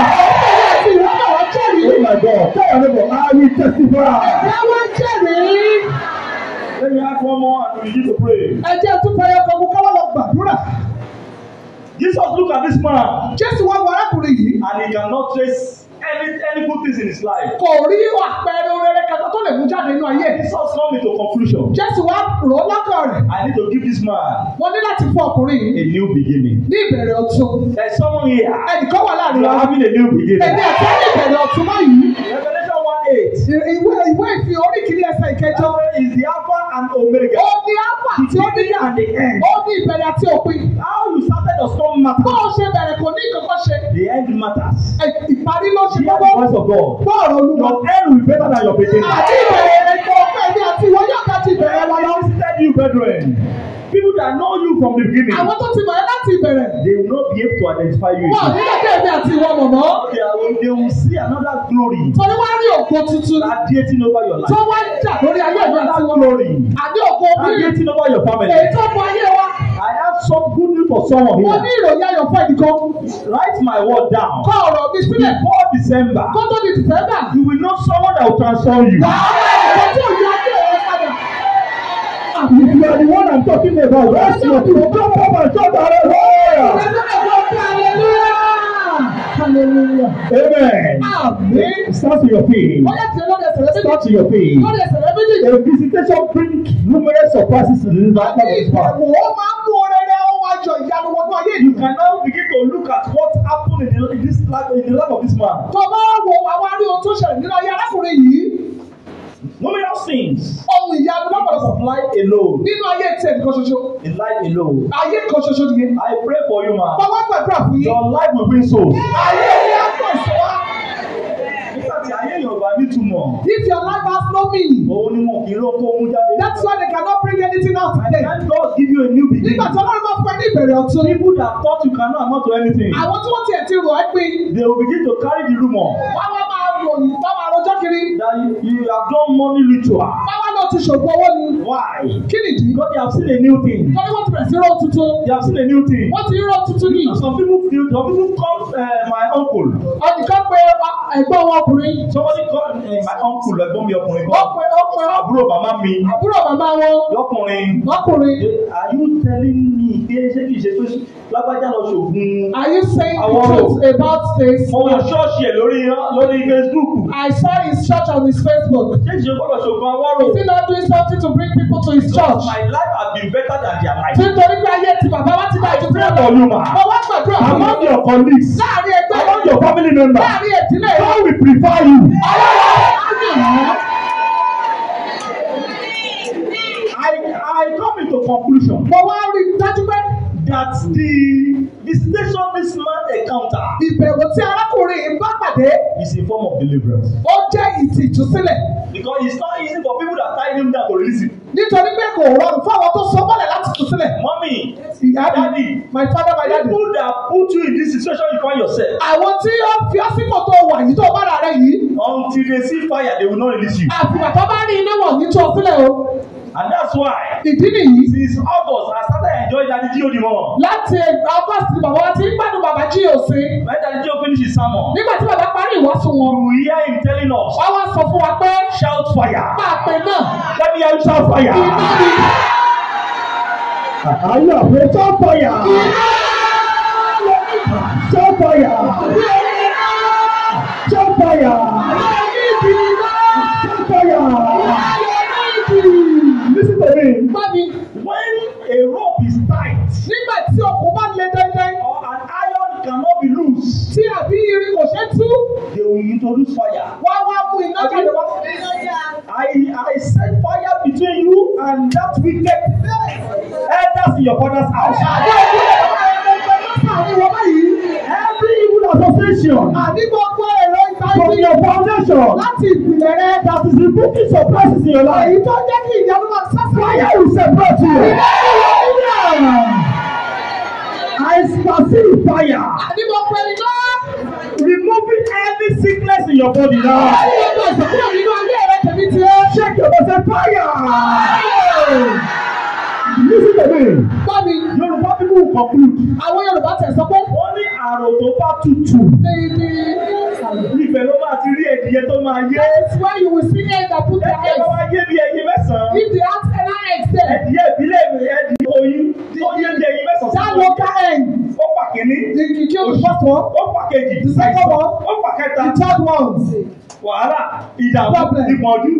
[SPEAKER 1] àti ìrọ́pọ̀ wọn jẹ́rìí
[SPEAKER 6] Oh my God. Tell your neighbor, I will testify.
[SPEAKER 1] ẹ̀jẹ̀ wọn jẹ́rìí
[SPEAKER 2] Let me ask one more and we begin to pray.
[SPEAKER 1] ẹ̀jẹ̀ túnfọ̀ ẹyọkan kó káwọ́ lọ gbàdúrà
[SPEAKER 2] Jesus look at this man
[SPEAKER 1] jésù wá wọ arákùnrin yìí
[SPEAKER 2] and he cannot trace any any good things in his life.
[SPEAKER 1] kò rí àpẹẹrẹ rere kankan tó lè mú jáde nínú ayé
[SPEAKER 2] Jesus come into conclusion.
[SPEAKER 1] jésù wá rò ó lọ́kàn rẹ̀
[SPEAKER 2] I need to give this man
[SPEAKER 1] wọ́n ní láti fún ọkùnrin yìí
[SPEAKER 2] a new beginning.
[SPEAKER 1] ní ìbẹ̀rẹ̀ ọ̀tún
[SPEAKER 2] There's someone here.
[SPEAKER 1] ẹnìkan wà láàrin
[SPEAKER 2] You
[SPEAKER 1] wa
[SPEAKER 2] are having a new
[SPEAKER 1] èmi
[SPEAKER 2] beginning.
[SPEAKER 1] àti ẹni ìbẹ̀rẹ̀ ọ̀tún báyìí
[SPEAKER 2] Revelation 1 8.
[SPEAKER 1] ìwé ìwé ìfi orí kìíní ẹsẹ̀ ìkẹjọ
[SPEAKER 2] Yahweh is the Alpha and Omega.
[SPEAKER 1] ó ní alpha àti omega
[SPEAKER 2] and the end.
[SPEAKER 1] ó ní ìbẹ̀rẹ̀ àti òpin
[SPEAKER 2] How you started does not matter.
[SPEAKER 1] bó o ṣe bẹ̀rẹ̀ kò ní kankan ṣe
[SPEAKER 2] The end matters.
[SPEAKER 1] ẹ- ìparí ló ṣe
[SPEAKER 2] Hear the
[SPEAKER 1] gbọ́gbọ́
[SPEAKER 2] voice of God.
[SPEAKER 1] bọ́ọ̀rọ̀ olúwa
[SPEAKER 2] Your end will be better than your beginning.
[SPEAKER 1] àti ìbẹ̀rẹ̀ ẹ̀kọ́ ọ̀fẹ́ ni àti ìwọ yóò ká ti
[SPEAKER 2] I
[SPEAKER 1] ìbẹ̀rẹ̀ wa lọ
[SPEAKER 2] have visited you, brethren. People that know you from the beginning,
[SPEAKER 1] àwọn tó ti mọ̀ ẹ́ láti ìbẹ̀rẹ̀
[SPEAKER 2] they will not be able to identify you.
[SPEAKER 1] wọn ò ní lẹ́kẹ́ èmi àti ìwọ mọ̀mọ́
[SPEAKER 2] They, are, they will see another glory
[SPEAKER 1] torí wá rí ògo tuntun
[SPEAKER 2] radiating over your
[SPEAKER 1] tó
[SPEAKER 2] life.
[SPEAKER 1] wá jà lórí ayé mi àti
[SPEAKER 2] Another
[SPEAKER 1] ìwọ
[SPEAKER 2] glory
[SPEAKER 1] àbí ògo bí
[SPEAKER 2] radiating over your family.
[SPEAKER 1] èyí tó fọ ayé wa
[SPEAKER 2] I have some good news for someone
[SPEAKER 1] mo ní
[SPEAKER 2] here.
[SPEAKER 1] ìròyìn ayọ̀ fún ẹnìkan
[SPEAKER 2] Write my word down.
[SPEAKER 1] kọ ọ̀rọ̀ mi sílẹ̀
[SPEAKER 2] Before December,
[SPEAKER 1] kó tó di dìsẹ́mbà
[SPEAKER 2] you will know someone that will transform you.
[SPEAKER 1] wàá wá ẹnìkan tí ò yá dé
[SPEAKER 7] you are the one I'm talking about. Rest your people. Don't come and talk about it. Hallelujah. Amen. Start to your feet. Start to your feet. A visitation brings numerous surprises to the life of his
[SPEAKER 2] Ìgbàgbọ́ wọn máa ń mú rere ohun àjọ ìyanu wọnú ayé yìí. You can now begin to look at what happened in the, in this life, in the life of this man.
[SPEAKER 1] Tọ́lá wo àwọn aríhun tó ṣẹlẹ̀ nínú ayé arákùnrin yìí.
[SPEAKER 2] Numerous things.
[SPEAKER 1] Ohun ìyanu
[SPEAKER 2] Because
[SPEAKER 1] lọ́pọ̀lọpọ̀
[SPEAKER 2] of life alone.
[SPEAKER 1] nínú ayé tiẹ̀ nìkan ṣoṣo.
[SPEAKER 2] In life alone.
[SPEAKER 1] Ayé kan ṣoṣo nìyẹn.
[SPEAKER 2] I pray for you, man.
[SPEAKER 1] Bàbá gbàdúrà fún yín.
[SPEAKER 2] Your life will bring soul.
[SPEAKER 1] Ayé ni a kàn sí wa.
[SPEAKER 2] Nígbà tí ayé Yorùbá ní túmọ̀,
[SPEAKER 1] If your life has no meaning,
[SPEAKER 2] òun ni wọn kì í ló kó mú jáde.
[SPEAKER 1] that's why they cannot bring anything out today.
[SPEAKER 2] Can God give you a new beginning?
[SPEAKER 1] Nígbà tí Ọlọ́run bá fún ẹ ní ìbẹ̀rẹ̀ ọ̀tun,
[SPEAKER 2] People that thought you cannot amount to anything,
[SPEAKER 1] àwọn tí wọ́n tiẹ̀ ti rò ẹ́ pé
[SPEAKER 2] they will begin to carry the rumour
[SPEAKER 1] wọ́n wá máa rò yìí, wọ́n máa rojọ́ kiri.
[SPEAKER 2] that you, you have done money ritual.
[SPEAKER 1] Wọ́n wá lọ ti ṣògùn owó ni.
[SPEAKER 2] Why?
[SPEAKER 1] Kí nìdí?
[SPEAKER 2] Because they have seen a new thing.
[SPEAKER 1] Wọ́n ní wọ́n ti bẹ̀rẹ̀ sí ró tuntun.
[SPEAKER 2] They have seen a new thing.
[SPEAKER 1] Wọ́n ti ró tuntun ní.
[SPEAKER 2] Some people feel, some people come, uh, my uncle.
[SPEAKER 1] Ẹnìkan pe a- ẹ̀gbọ́n wọn ọkùnrin.
[SPEAKER 2] Somebody call uh, my uncle, ẹ̀gbọ́n mi ọkùnrin
[SPEAKER 1] Ó
[SPEAKER 2] kan.
[SPEAKER 1] pe ó pe ó-
[SPEAKER 2] Àbúrò bàbá mi
[SPEAKER 1] àbúrò bàbá wọn
[SPEAKER 2] lọ́kùnrin.
[SPEAKER 1] lọ́kùnrin.
[SPEAKER 2] Are you telling me pé ṣé kìí ṣe pé lágbájá lọ ṣògùn?
[SPEAKER 1] Are you saying the
[SPEAKER 2] Àwọn
[SPEAKER 1] truth about this?
[SPEAKER 2] Mo wọ ṣọ́ọ̀ṣì ẹ̀ lórí lórí Facebook.
[SPEAKER 1] I saw his church on his Facebook.
[SPEAKER 2] Ṣé ìṣe gbọ́dọ̀ ṣògùn awọ́rò?
[SPEAKER 1] Is he not doing something to bring people to his church?
[SPEAKER 2] My life has been better than their life.
[SPEAKER 1] Nítorí pé ayé ti bàbá wa ti dá ju
[SPEAKER 2] Pray
[SPEAKER 1] tiwọn lọ.
[SPEAKER 2] for you, ma.
[SPEAKER 1] Mo wá gbàdúrà fún
[SPEAKER 7] Among
[SPEAKER 1] mi.
[SPEAKER 7] your colleagues,
[SPEAKER 1] Láàárín ẹgbẹ́
[SPEAKER 7] among
[SPEAKER 1] mi,
[SPEAKER 7] your family members,
[SPEAKER 1] láàárín ìdílé mi,
[SPEAKER 7] God will prefer you.
[SPEAKER 1] Ọlọ́run á yàn án.
[SPEAKER 2] I I come into conclusion
[SPEAKER 1] Mo wá rí i dájú pé
[SPEAKER 2] that the visitation this man encounter
[SPEAKER 1] ìbẹ̀wò tí arákùnrin yìí bá pàdé
[SPEAKER 2] is a form of deliverance.
[SPEAKER 1] ó jẹ́ ìtìjú sílẹ̀.
[SPEAKER 2] Because it's not easy for people that tie him down to release him.
[SPEAKER 1] Nítorí pé kò rọrùn fáwọn tó sọ mọ́lẹ̀ láti tú sílẹ̀.
[SPEAKER 2] Mommy,
[SPEAKER 1] Ìyá mi,
[SPEAKER 2] daddy,
[SPEAKER 1] my father, my daddy.
[SPEAKER 2] people that put you in this situation you find yourself
[SPEAKER 1] Àwọn tí ó fi ọ́sìkò tó wà yìí tó bára rẹ̀ yìí.
[SPEAKER 2] until they see fire they will not release you.
[SPEAKER 1] Àfìgbà tó bá rí iná wọ̀nyí tó sílẹ̀ o.
[SPEAKER 2] And that's why
[SPEAKER 1] Ìdí nìyí.
[SPEAKER 2] since August I started enjoying daddy G.O.D. more.
[SPEAKER 1] Láti ẹgbà August bàbá wa ti ń gbádùn bàbá jí òsín.
[SPEAKER 2] When daddy G.O. finish his sermon,
[SPEAKER 1] Nígbà tí bàbá parí ìwọ́sù wọn,
[SPEAKER 2] you will hear him telling us
[SPEAKER 1] wá wá sọ fún wa pé
[SPEAKER 2] shout fire.
[SPEAKER 1] máa pè náà.
[SPEAKER 2] Let me hear you shout
[SPEAKER 1] Iná
[SPEAKER 2] fire.
[SPEAKER 1] ni
[SPEAKER 7] Are you afraid? Shout fire! Shout fire! Shout fire! Shout fire! Listen to me.
[SPEAKER 1] bá mi.
[SPEAKER 2] When a rope is tight
[SPEAKER 1] Nígbà tí ọkùn bá le dandan,
[SPEAKER 2] or an iron cannot be loose,
[SPEAKER 1] tí àbí irin kò ṣe tú,
[SPEAKER 2] they will introduce fire.
[SPEAKER 1] wá wá mú iná jáde wá.
[SPEAKER 2] I I set fire between you and that wicked elders in your father's house.
[SPEAKER 1] Àwọn ìdílé wa ẹgbẹ́ mọ́tà ni wọ́n báyìí.
[SPEAKER 7] Every evil association
[SPEAKER 1] Àní gbogbo èrò ìta
[SPEAKER 7] from
[SPEAKER 1] ibi
[SPEAKER 7] your foundation
[SPEAKER 1] láti ìpìlẹ̀ rẹ̀
[SPEAKER 7] that is rebuking surprises in your
[SPEAKER 1] èyí
[SPEAKER 7] life,
[SPEAKER 1] tó jẹ́ kí ìyanu máa sẹ́sẹ̀.
[SPEAKER 7] fire will separate you. I
[SPEAKER 1] Hallelujah!
[SPEAKER 7] perceive fire
[SPEAKER 1] Àní gbogbo ẹni náà.
[SPEAKER 7] removing every sickness in your body now.
[SPEAKER 1] Ayé ọgbà ìsọ̀kúrò nínú ayé rẹ̀ tẹ̀mí ti ẹ́.
[SPEAKER 7] Check your person fire. Listen to me.
[SPEAKER 1] Bá mi,
[SPEAKER 7] Yoruba people will conclude.
[SPEAKER 1] àwọn Yorùbá tẹ̀ sọ pé
[SPEAKER 2] Wọ́n ní àrò tó bá tutù.
[SPEAKER 1] ní
[SPEAKER 2] Ibẹ̀ ló máa ti rí ẹ̀dìyẹ tó máa yé.
[SPEAKER 1] That's where you will see egg that put their
[SPEAKER 2] Ẹ̀dìyẹ
[SPEAKER 1] eggs.
[SPEAKER 2] ló máa yé bí ẹyin mẹ́sàn-án.
[SPEAKER 1] If they ask any eggs there,
[SPEAKER 2] Ẹ̀dìyẹ ìbílẹ̀ ẹ̀dìyẹ oyún tó yé bí ẹyin
[SPEAKER 1] that
[SPEAKER 2] mẹ́sàn-án.
[SPEAKER 1] local egg,
[SPEAKER 2] Ó pa kìíní.
[SPEAKER 1] they can kill the first one,
[SPEAKER 2] Ó pa kejì.
[SPEAKER 1] the second one,
[SPEAKER 2] Ó pa kẹta.
[SPEAKER 1] the third one.
[SPEAKER 2] Wàhálà ìdààmú
[SPEAKER 1] Problem.
[SPEAKER 2] ìpọ́njú.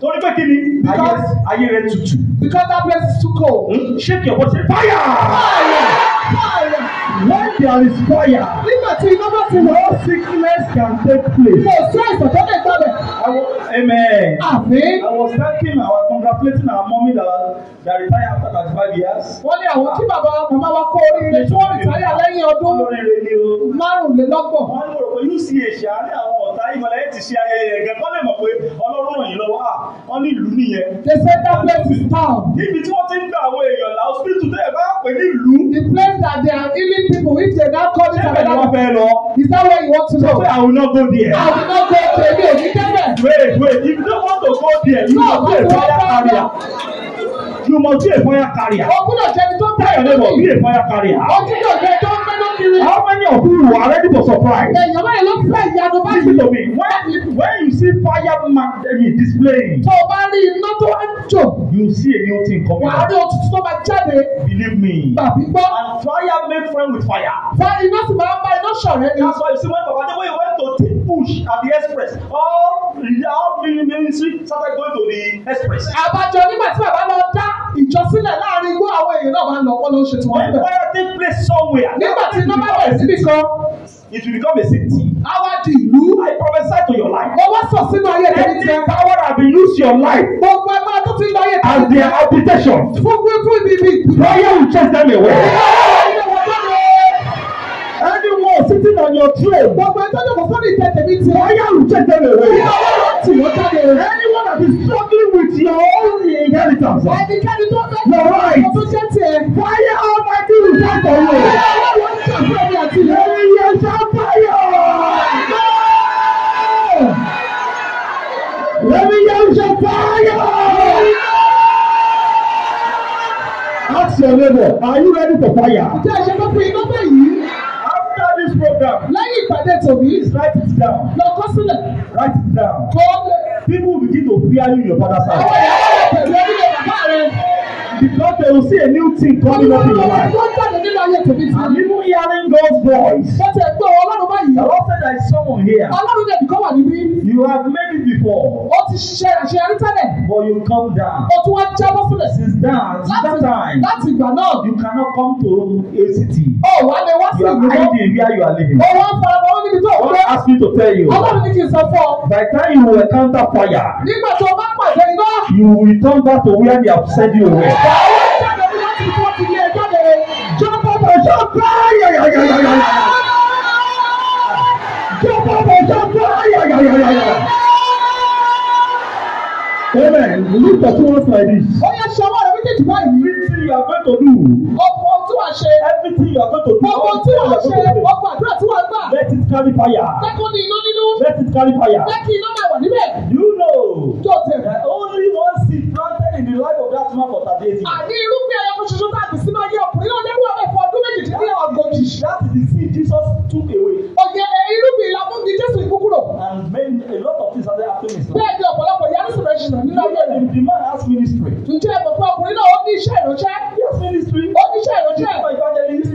[SPEAKER 2] Torí pé kí ni? Ayé
[SPEAKER 1] Because-
[SPEAKER 2] ayé rẹ̀ tutù.
[SPEAKER 1] Because that place is too cold.
[SPEAKER 2] Hmm? Shake your body. Fire!
[SPEAKER 1] Fire! Fire!
[SPEAKER 7] When there is fire,
[SPEAKER 1] Nígbà tí iná bá ti wọ̀,
[SPEAKER 7] no sickness can take place.
[SPEAKER 1] kò sí àìsàn tó lè gbàgbẹ́.
[SPEAKER 2] I was, amen.
[SPEAKER 1] Àmì.
[SPEAKER 2] I was thanking, I was congratulating our mommy that, that retired after 35 years.
[SPEAKER 1] Wọ́n ní àwọn tí bàbá màmá wa kó oríire tí wọ́n rìtáyà lẹ́yìn
[SPEAKER 7] Oh.
[SPEAKER 1] ọdún
[SPEAKER 2] Olóríire ni o.
[SPEAKER 1] márùnlélọ́gbọ̀n.
[SPEAKER 2] Wọ́n ní òròpé UCH àárín àwọn ọ̀tá ìmọ̀lẹ́ yìí ti ṣe ayẹyẹ ẹ̀gẹ́ kọ́ lè mọ̀ pé Ọlọ́run ràn yín lọ́wọ́ à wọ́n ní ìlú nìyẹn.
[SPEAKER 1] They said that place is town.
[SPEAKER 2] Níbi tí wọ́n ti ń gba àwọn èèyàn là hospital tẹ́ ẹ̀ bá pè ní ìlú.
[SPEAKER 1] The place that they are healing people if they now call it
[SPEAKER 2] Ṣébẹ̀ ni wọ́n
[SPEAKER 1] another.
[SPEAKER 2] fẹ́ lọ?
[SPEAKER 1] Is that where you want to
[SPEAKER 2] Sọ pé
[SPEAKER 1] go?
[SPEAKER 2] àwọn náà go there.
[SPEAKER 1] I will not go to Èmi ò ní débẹ̀.
[SPEAKER 2] Wait wait if you don't want to go there you
[SPEAKER 1] No,
[SPEAKER 2] must be a
[SPEAKER 1] I don't
[SPEAKER 2] fire
[SPEAKER 1] want
[SPEAKER 2] carrier. You must be a fire carrier.
[SPEAKER 1] O gbúdọ̀ jẹ́ ẹni tó bá ẹ̀rọ
[SPEAKER 2] Tell your neighbor
[SPEAKER 1] mi.
[SPEAKER 2] be a fire carrier.
[SPEAKER 1] O gbúdọ̀ jẹ́ ẹni tó ń gbẹ́nú kiri.
[SPEAKER 7] How many of you are ready for surprise?
[SPEAKER 1] Èèyàn báyìí ló fẹ́ ìyanu báyìí.
[SPEAKER 2] Listen to me. When When you see fire man, I mean, displaying,
[SPEAKER 1] tó o bá rí iná tó wá ń jò
[SPEAKER 2] you see a new thing coming
[SPEAKER 1] wà á
[SPEAKER 2] out.
[SPEAKER 1] rí òtútù tó máa jáde
[SPEAKER 2] Believe me.
[SPEAKER 1] gbàbí gbọ́
[SPEAKER 2] And fire make friend with fire.
[SPEAKER 1] fa iná sì máa ń bá iná ṣọ̀rẹ́ ni
[SPEAKER 2] That's why you see when Papa Adeboye went to take push at the express, all all the ministry started going to the express.
[SPEAKER 1] àbájọ nígbà tí bàbá lọ dá ìjọsílẹ̀ láàrin igbó àwọn èèyàn náà máa ń lọ ọpọlọ ń ṣe tiwọn
[SPEAKER 2] When
[SPEAKER 1] níbẹ̀
[SPEAKER 2] fire take place somewhere,
[SPEAKER 1] nígbà tí iná bá bẹ̀rẹ̀ síbi kan
[SPEAKER 2] it will become a city.
[SPEAKER 1] á wá di ìlú
[SPEAKER 2] I prophesy to your life.
[SPEAKER 1] mo wá sọ sínú ayé tẹ̀lé
[SPEAKER 2] Any
[SPEAKER 1] tiẹ̀
[SPEAKER 2] power that will lose your life
[SPEAKER 1] gbogbo ẹgbẹ́ tó ti ń lọ ayé tẹ̀lé
[SPEAKER 8] as their habitation.
[SPEAKER 1] fún fún ibi ibi ìbùdó.
[SPEAKER 8] Fire will chase them away.
[SPEAKER 2] Anyone sitting on your throne,
[SPEAKER 1] Gbogbo ẹjọ́ tó kọ sórí ìtẹ́ tèmi ti ọ́.
[SPEAKER 8] Fire will chase them away.
[SPEAKER 1] Tí wọ́n jáde rẹ̀.
[SPEAKER 8] Anyone that is struggling with your own inheritance,
[SPEAKER 1] Ẹnikẹ́ni tó fẹ́
[SPEAKER 8] your right,
[SPEAKER 1] tó jẹ́ tiẹ̀.
[SPEAKER 8] fire Almighty will fight for you.
[SPEAKER 1] Wọ́n ń ṣàfihàn mi àti ìlú.
[SPEAKER 8] Lẹ́yìn yẹn ṣá fire. Lẹ́yìn yẹn ṣá fire. Ask your neighbor, are you ready for fire?
[SPEAKER 1] Ǹjẹ́ ẹ̀ṣẹ̀ ló fi iná bẹ̀ yìí?
[SPEAKER 2] after this program,
[SPEAKER 1] Lẹ́yìn ìpàdé tòmí,
[SPEAKER 2] write it down.
[SPEAKER 1] lọ kọ́ sílẹ̀.
[SPEAKER 2] Write it down.
[SPEAKER 1] Kọ́ lẹ̀.
[SPEAKER 2] People will begin to fear you in your father's
[SPEAKER 1] Àwọn
[SPEAKER 2] house
[SPEAKER 1] ìyàwó rẹ̀ pẹ̀lú orílẹ̀ bàbá rẹ̀.
[SPEAKER 2] because they will see a new thing coming up in your
[SPEAKER 1] Olúwa
[SPEAKER 2] life.
[SPEAKER 1] ló jáde nínú ayé tèmi ti.
[SPEAKER 2] And even hearing God's voice,
[SPEAKER 1] Wọ́n ti ẹ̀ gbọ́ Ọlọ́run báyìí.
[SPEAKER 2] the Lord said there is someone here.
[SPEAKER 1] Ọlọ́run dẹ̀ kọ́ wà níbí.
[SPEAKER 2] You have made it before,
[SPEAKER 1] Ó ti ṣiṣẹ́ àṣeyọrí tẹ́lẹ̀.
[SPEAKER 2] but you come down.
[SPEAKER 1] Ó tún wá jábọ́ sílẹ̀ sí.
[SPEAKER 2] Since that, since that
[SPEAKER 1] Láti
[SPEAKER 2] time,
[SPEAKER 1] láti ìgbà náà.
[SPEAKER 2] you cannot come to a city.
[SPEAKER 1] Ó wá lè wá sí
[SPEAKER 2] You are
[SPEAKER 1] ìlú náà.
[SPEAKER 2] hiding where you are living.
[SPEAKER 1] Ó wá ń faramọ́ ó níbi tó ń
[SPEAKER 2] God
[SPEAKER 1] gbé.
[SPEAKER 2] asked me to tell you.
[SPEAKER 1] Ọlọ́run ní kí n sọ fún ọ.
[SPEAKER 2] By the time you will encounter fire,
[SPEAKER 1] Nígbà tó o bá pàdé iná,
[SPEAKER 2] you will return back to where they have sent you away.
[SPEAKER 1] wà á wá jáde ní láti fi wọ́n ti lé ẹ jáde. Jọ́pọ̀ bọ̀
[SPEAKER 8] Fire, yeah, yeah, yeah, yeah, yeah. Jump up and jump fire, yeah, yeah, yeah, yeah. Amen. Look at two hands like this.
[SPEAKER 1] ó yẹ ṣọwọ́ rẹ̀ méjèèjì báyìí.
[SPEAKER 2] Everything you are going to do,
[SPEAKER 1] Ọ̀pọ̀ tí wàá ṣe.
[SPEAKER 2] everything you are going to do,
[SPEAKER 1] Gbogbo tí
[SPEAKER 2] everything you
[SPEAKER 1] wàá
[SPEAKER 2] are
[SPEAKER 1] ṣe.
[SPEAKER 2] going to do,
[SPEAKER 1] Ọ̀pọ̀ àdúrà tí wàá gbà.
[SPEAKER 2] let it carry fire.
[SPEAKER 1] Jẹ́kọ́ ní iná nínú.
[SPEAKER 2] Let it carry
[SPEAKER 1] Jẹ́
[SPEAKER 2] fire.
[SPEAKER 1] kí iná máa wà níbẹ̀.
[SPEAKER 2] You know
[SPEAKER 1] Tó tẹ̀.
[SPEAKER 2] that only one seed planted in the life of that man for thirty eight years.
[SPEAKER 1] Àní irúgbìn ẹyọ kan ṣoṣo tá a ti sínú ayé ọkùnrin náà lẹ́rú ọ̀rẹ́ fún ọdún méjìdínlẹ́ọ̀gọ́jì.
[SPEAKER 2] That is the seed Jesus took away.
[SPEAKER 1] Ọ̀gẹ̀dẹ̀ irúgbìn ìlànà ní Jésù ìkúkúrò.
[SPEAKER 2] And many, a lot of things happened after his life.
[SPEAKER 1] Bẹ́ẹ̀ ni ọ̀pọ̀lọpọ̀ ìyá nísìnyí rẹ̀ ṣìnà nínú ayé rẹ̀.
[SPEAKER 2] The the man has ministry.
[SPEAKER 1] Ǹjẹ́ ẹ mọ̀ pé ọkùnrin náà ó ní iṣẹ́ ìránṣẹ́?
[SPEAKER 2] He has ministry.
[SPEAKER 1] Ó ní iṣẹ́
[SPEAKER 2] He
[SPEAKER 1] ìránṣẹ́.
[SPEAKER 2] became an evangelist.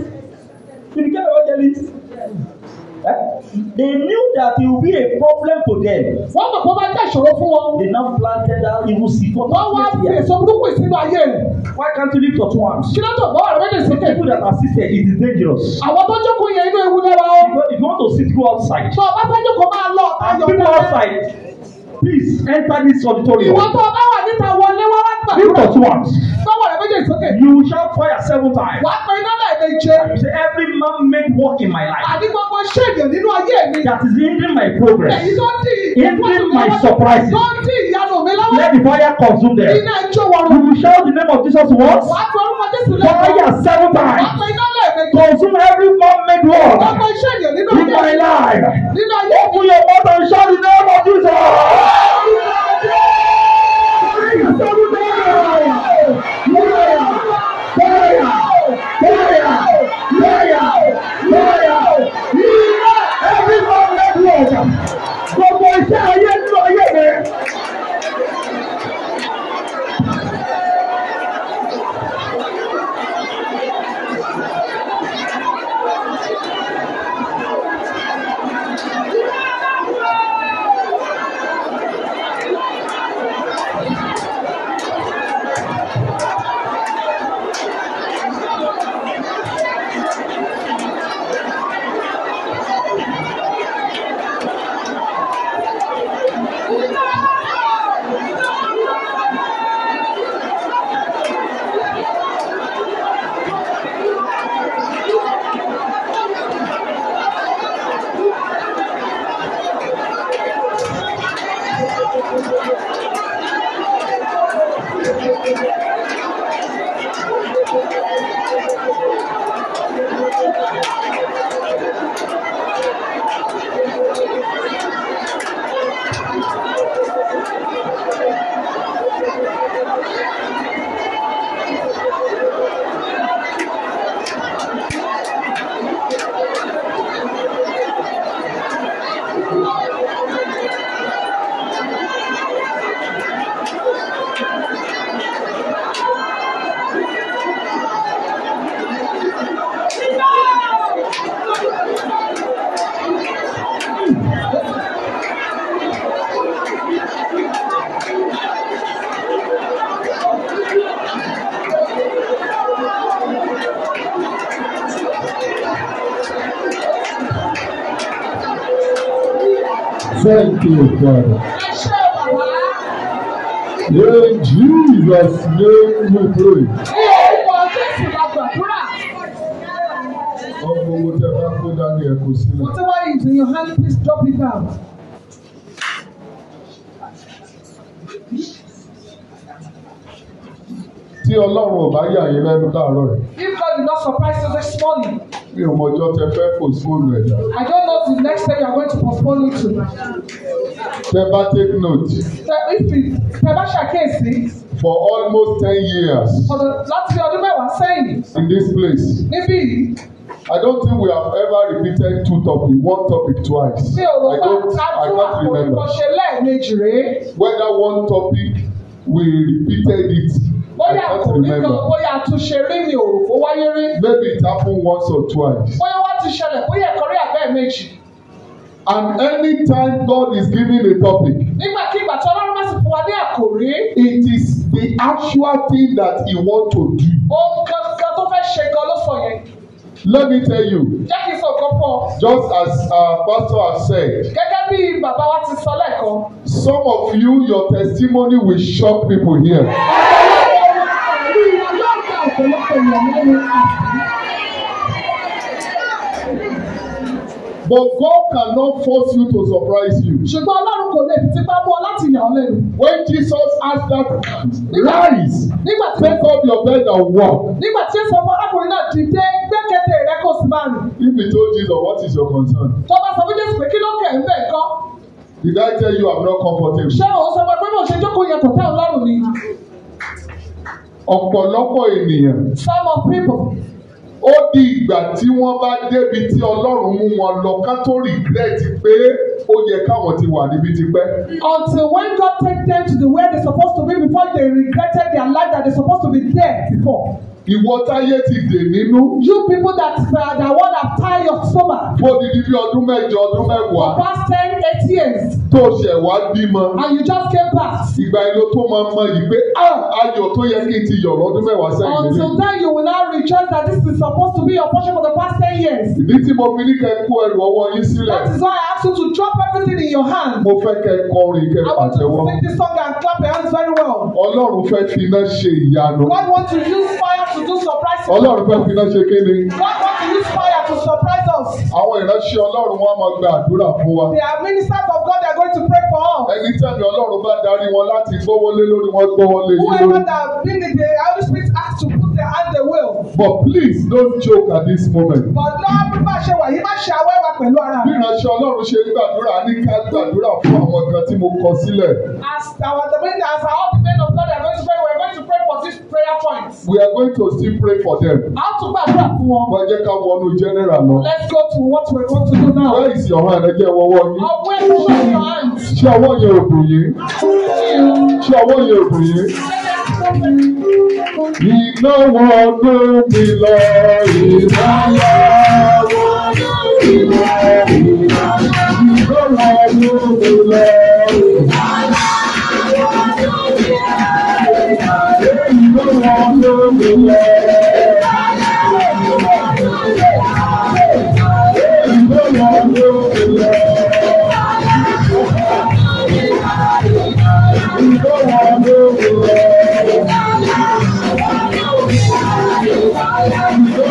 [SPEAKER 2] He became an evangelist. Eh? They knew that it would be a problem to them.
[SPEAKER 1] Wọ́n mọ̀ pé ó máa ń jẹ́ ìṣòro fún wọn.
[SPEAKER 2] They now planted that evil seed for
[SPEAKER 1] Wọ́n wá
[SPEAKER 2] thirty
[SPEAKER 1] fi
[SPEAKER 2] eight years.
[SPEAKER 1] èso burúkú ìsinmi ayé rẹ̀.
[SPEAKER 2] Why can't you lift your two arms?
[SPEAKER 1] Kí ló tó bọ́ ọ̀rẹ́ méjì sókè?
[SPEAKER 2] People that are seated, it is dangerous.
[SPEAKER 1] Àwọn tó jókòó yẹn inú ewu lẹ́wà o.
[SPEAKER 2] If you- if you want to sit, go outside.
[SPEAKER 1] Tó o bá fẹ́ jókòó máa lọ
[SPEAKER 2] And
[SPEAKER 1] ayọ̀
[SPEAKER 2] people
[SPEAKER 1] tẹ́lẹ̀.
[SPEAKER 2] outside, please enter this
[SPEAKER 1] Ìwọ
[SPEAKER 2] auditorium.
[SPEAKER 1] tó o bá wà níta wọlé wá wá gbà.
[SPEAKER 8] Lift at once.
[SPEAKER 1] Sọ́wọ́ rẹ̀ méjì sókè.
[SPEAKER 2] You shall fire seven times.
[SPEAKER 1] Wàá pe iná lẹ́ẹ̀mejì.
[SPEAKER 2] You say, every man make work in my life
[SPEAKER 1] Àní gbogbo ṣègùn nínú ayé mi.
[SPEAKER 2] that is hindering my
[SPEAKER 1] Èyí
[SPEAKER 2] progress.
[SPEAKER 1] tó ń dì
[SPEAKER 8] Even my surprises.
[SPEAKER 1] Tó ń dì ìyanu mi lọ́wọ́.
[SPEAKER 8] Let the fire consume them.
[SPEAKER 1] Iná ijó wọ̀rọ̀.
[SPEAKER 8] You will shout the name of Jesus once.
[SPEAKER 1] Wàá pe orúkọ Jésù lẹ́ẹ̀kan.
[SPEAKER 8] Fire seven
[SPEAKER 1] Wàá
[SPEAKER 8] times.
[SPEAKER 1] pe iná lẹ́ẹ̀mejì.
[SPEAKER 8] Consume every man-made
[SPEAKER 1] Gbogbo
[SPEAKER 8] word
[SPEAKER 1] ìṣègùn nínú
[SPEAKER 8] in my
[SPEAKER 1] ayé mi.
[SPEAKER 8] life.
[SPEAKER 1] Nínú ayé mi.
[SPEAKER 8] Open your mouth and shout the name of Jesus. Fire, seven times. Fire, fire, fire, fire, fire. Every man-made word. Gbogbo iṣẹ́ ayé nínú ayé mi.
[SPEAKER 9] Thank you, Father.
[SPEAKER 10] ẹ ṣé o bàbá
[SPEAKER 9] In Jesus' name we pray.
[SPEAKER 10] ní orúkọ jésù la gbàdúrà.
[SPEAKER 9] Ọmọ owó tẹ bá kó dání ẹ̀ kò sílẹ̀.
[SPEAKER 1] Whatever is in your hand, please drop it down.
[SPEAKER 9] Tí Ọlọ́run ò bá yà yín lẹ́nu láàárọ̀ yìí,
[SPEAKER 1] If God did not surprise you this morning,
[SPEAKER 9] mi ò mọjọ́ tẹ fẹ́ postpone ẹ̀dá.
[SPEAKER 1] I don't know the next step you are going to postpone it to.
[SPEAKER 9] Tẹ bá take note
[SPEAKER 1] So if it, Tẹ̀bá ṣàkíyèsí,
[SPEAKER 9] for almost ten years
[SPEAKER 1] for the láti bí ọdún mẹ́wàá sẹ́yìn,
[SPEAKER 9] in this place.
[SPEAKER 1] níbí yìí,
[SPEAKER 9] I don't think we have ever repeated two topic, one topic twice.
[SPEAKER 1] mi
[SPEAKER 9] I
[SPEAKER 1] ò rò pé
[SPEAKER 9] don't, I
[SPEAKER 1] àtàdúrà
[SPEAKER 9] can't
[SPEAKER 1] kò
[SPEAKER 9] remember
[SPEAKER 1] kò ṣe lẹ́ẹ̀mejì rèé.
[SPEAKER 9] whether one topic we repeated it. I
[SPEAKER 1] Bóyá
[SPEAKER 9] can't
[SPEAKER 1] kò rí kan,
[SPEAKER 9] remember.
[SPEAKER 1] bóyá àtúnṣe rí mi ò rò kó wáyé rí.
[SPEAKER 9] Maybe it happened once or twice.
[SPEAKER 1] Bóyá wá ti ṣẹlẹ̀, bóyá ẹ̀kọ́ rí àbẹ́ méjì.
[SPEAKER 9] And anytime God is giving a topic,
[SPEAKER 1] Nígbàkigbà tí Ọlọ́run bá sì fún wa ní àkòrí,
[SPEAKER 9] it is the actual thing that He want to do.
[SPEAKER 1] ohun kankan tó fẹ́ ṣe gan ló sọ yẹn.
[SPEAKER 9] Let me tell you,
[SPEAKER 1] Jẹ́ kí n sọ nǹkan fún ọ.
[SPEAKER 9] just as our pastor has said,
[SPEAKER 1] Gẹ́gẹ́ bí bàbá wa ti sọ lẹ́ẹ̀kan,
[SPEAKER 9] some of you, your testimony will shock people here. But God cannot force you to surprise you.
[SPEAKER 1] ṣùgbọ́n Ọlọ́run kò lè fi tipá mú ọ láti yàn ọ́ lẹ́nu.
[SPEAKER 9] When Jesus asked that man, rise,
[SPEAKER 1] Nígbà tí
[SPEAKER 9] take up your bed and walk.
[SPEAKER 1] nígbà tí èso ọmọ arákùnrin náà dìde gbẹ́kẹ̀tẹ̀ rẹ kó sì máa rìn.
[SPEAKER 9] If he told Jesus, what is your concern?
[SPEAKER 1] Tó bá sọ fún Jésù pé kí ló kẹ̀ ń bẹ̀ kọ́?
[SPEAKER 9] Did I tell you I'm not comfortable?
[SPEAKER 1] Ṣé òun sọ pé pé mò ń ṣe jókòó yẹn kò tẹ́ ọ lọ́rùn ni?
[SPEAKER 9] Ọ̀pọ̀lọpọ̀ ènìyàn
[SPEAKER 1] Some of people
[SPEAKER 9] ó di ìgbà tí wọ́n bá débi tí Ọlọ́run mú wọn lọ ká tó regret pé ó yẹ káwọn ti wà níbi tipẹ́.
[SPEAKER 1] until when God take them to the way they supposed to be before they regretted their life that they supposed to be there before.
[SPEAKER 9] Ìwọ táyé ti dè nínú
[SPEAKER 1] You people that uh, that one that tie your stomach
[SPEAKER 9] fún odidi bí ọdún mẹ́jọ ọdún
[SPEAKER 1] for
[SPEAKER 9] mẹ́wàá
[SPEAKER 1] past ten eight years
[SPEAKER 9] tó ṣẹ̀ wá bímọ.
[SPEAKER 1] and you just came back.
[SPEAKER 9] Ìgbà ìlò tó máa mọ yìí pé "Ah, ayọ̀ tó yẹ kí n ti yọ̀ lọ́dún mẹ́wàá sẹ́yìn. lélẹ̀."
[SPEAKER 1] Until then, you will now rejoice that this is supposed to be your portion for the past 10 years.
[SPEAKER 9] ìdí tí mo fi ní kẹ́ kó ẹrù ọwọ́ yín sílẹ̀
[SPEAKER 1] That is why I ask you to drop everything in your hand.
[SPEAKER 9] mo fẹ́ kẹ́ kọrin kẹ́
[SPEAKER 1] I want you
[SPEAKER 9] pàtẹ́wọ́
[SPEAKER 1] to sing this song and clap your hands very well.
[SPEAKER 9] ọlọ́run fẹ́ fi iná ṣe ìyanu
[SPEAKER 1] God wants to use fire to do surprises.
[SPEAKER 9] ọlọ́run fẹ́ fi iná ṣe kéde
[SPEAKER 1] God wants to use fire to surprise us.
[SPEAKER 9] àwọn ìránṣẹ́ ọlọ́run wọn á máa gba àdúrà fún wa
[SPEAKER 1] There are ministers of God that are going to pray for us.
[SPEAKER 9] ẹni tẹ́ni ọlọ́run bá darí wọn láti gbówólé lórí wọn gbówólé yín
[SPEAKER 1] Whoever
[SPEAKER 9] lórí
[SPEAKER 1] that have been in the Holy Spirit asked to put their hand, they will.
[SPEAKER 9] but please don't joke at this moment
[SPEAKER 1] But Lord, bí bá ṣe wà yìí, má ṣe awẹ́wà pẹ̀lú ara
[SPEAKER 9] bí
[SPEAKER 1] rẹ̀.
[SPEAKER 9] ìránṣẹ́ ọlọ́run ṣe ń gbàdúrà ní ká gbàdúrà fún àwọn kan tí mo kọ sílẹ̀
[SPEAKER 1] As our the men, as all the men of God are going to pray, we are going to pray for these prayer points.
[SPEAKER 9] we are going to still pray for them
[SPEAKER 1] How to gbàdúrà fún wọn?
[SPEAKER 9] wọ́n jẹ́ ká wọnú general lọ
[SPEAKER 1] Let's go to what we're going to do now.
[SPEAKER 9] where is your hand ẹ jẹ́ wọ́wọ́ yín
[SPEAKER 1] Of where to show your hands.
[SPEAKER 9] ṣé ọwọ́ yẹn ò dùn yín. ṣé ọwọ́ yẹn ò dùn yín. Iná wọnú mi lọ, iná lọ wọnú mi lọ, iná lọ. Iná wọnú mi lọ, iná lọ wọnú mi lọ. Iná wọnú mi lọ. Iná wọnú mi lọ. Iná wọnú mi lọ. Iná wọnú mi lọ. Iná wọnú mi lọ. Iná wọnú mi lọ. Iná wọnú mi lọ. Iná wọnú mi lọ. Iná wọnú mi lọ. Iná wọnú mi lọ. Iná wọnú mi lọ.
[SPEAKER 10] Thank you.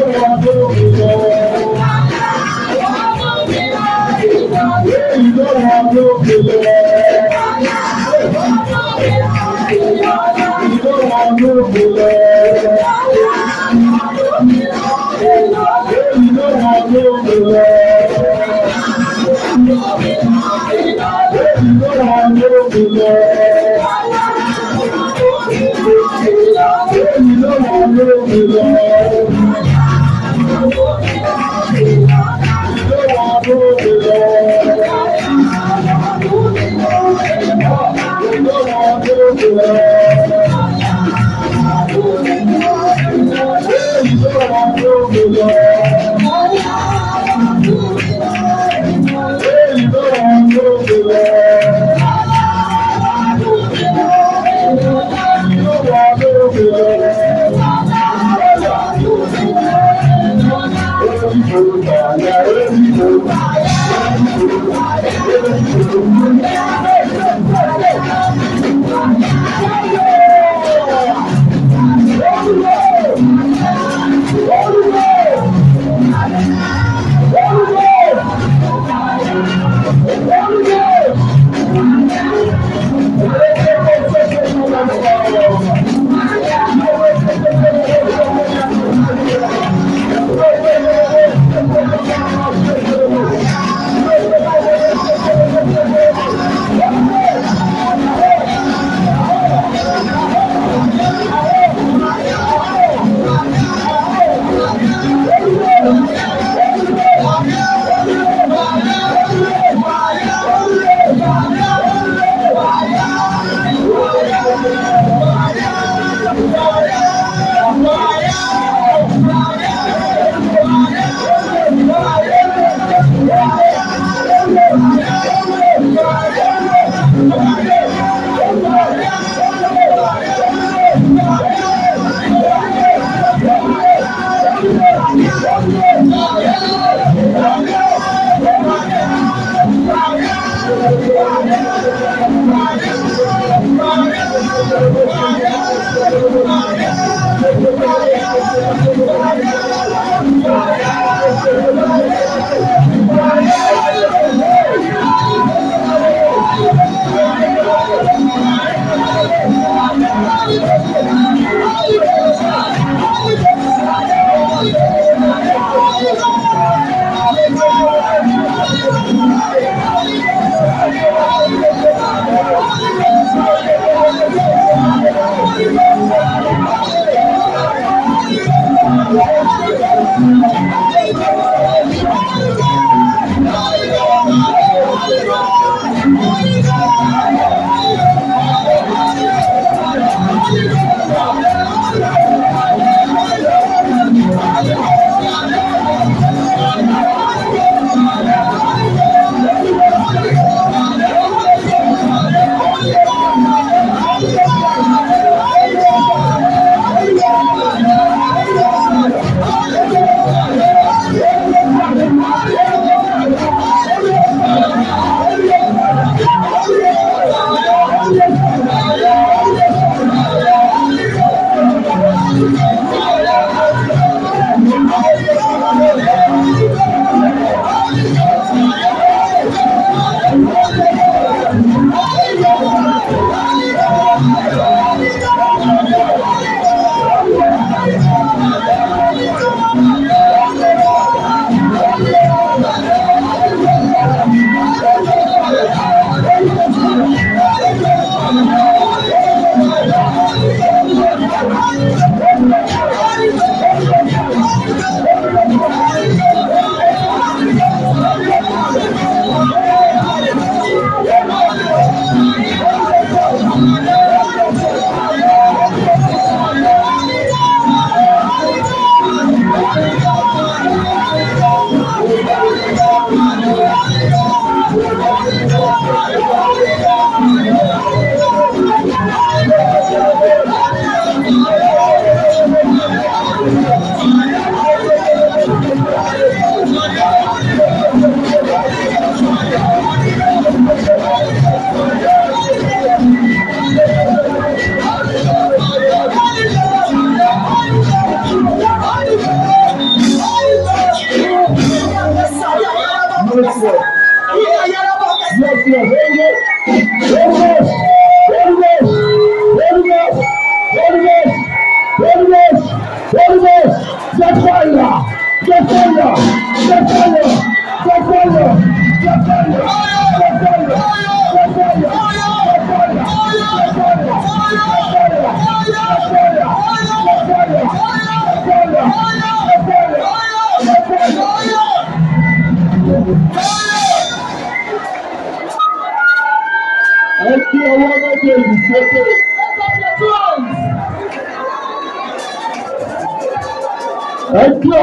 [SPEAKER 9] Thank you.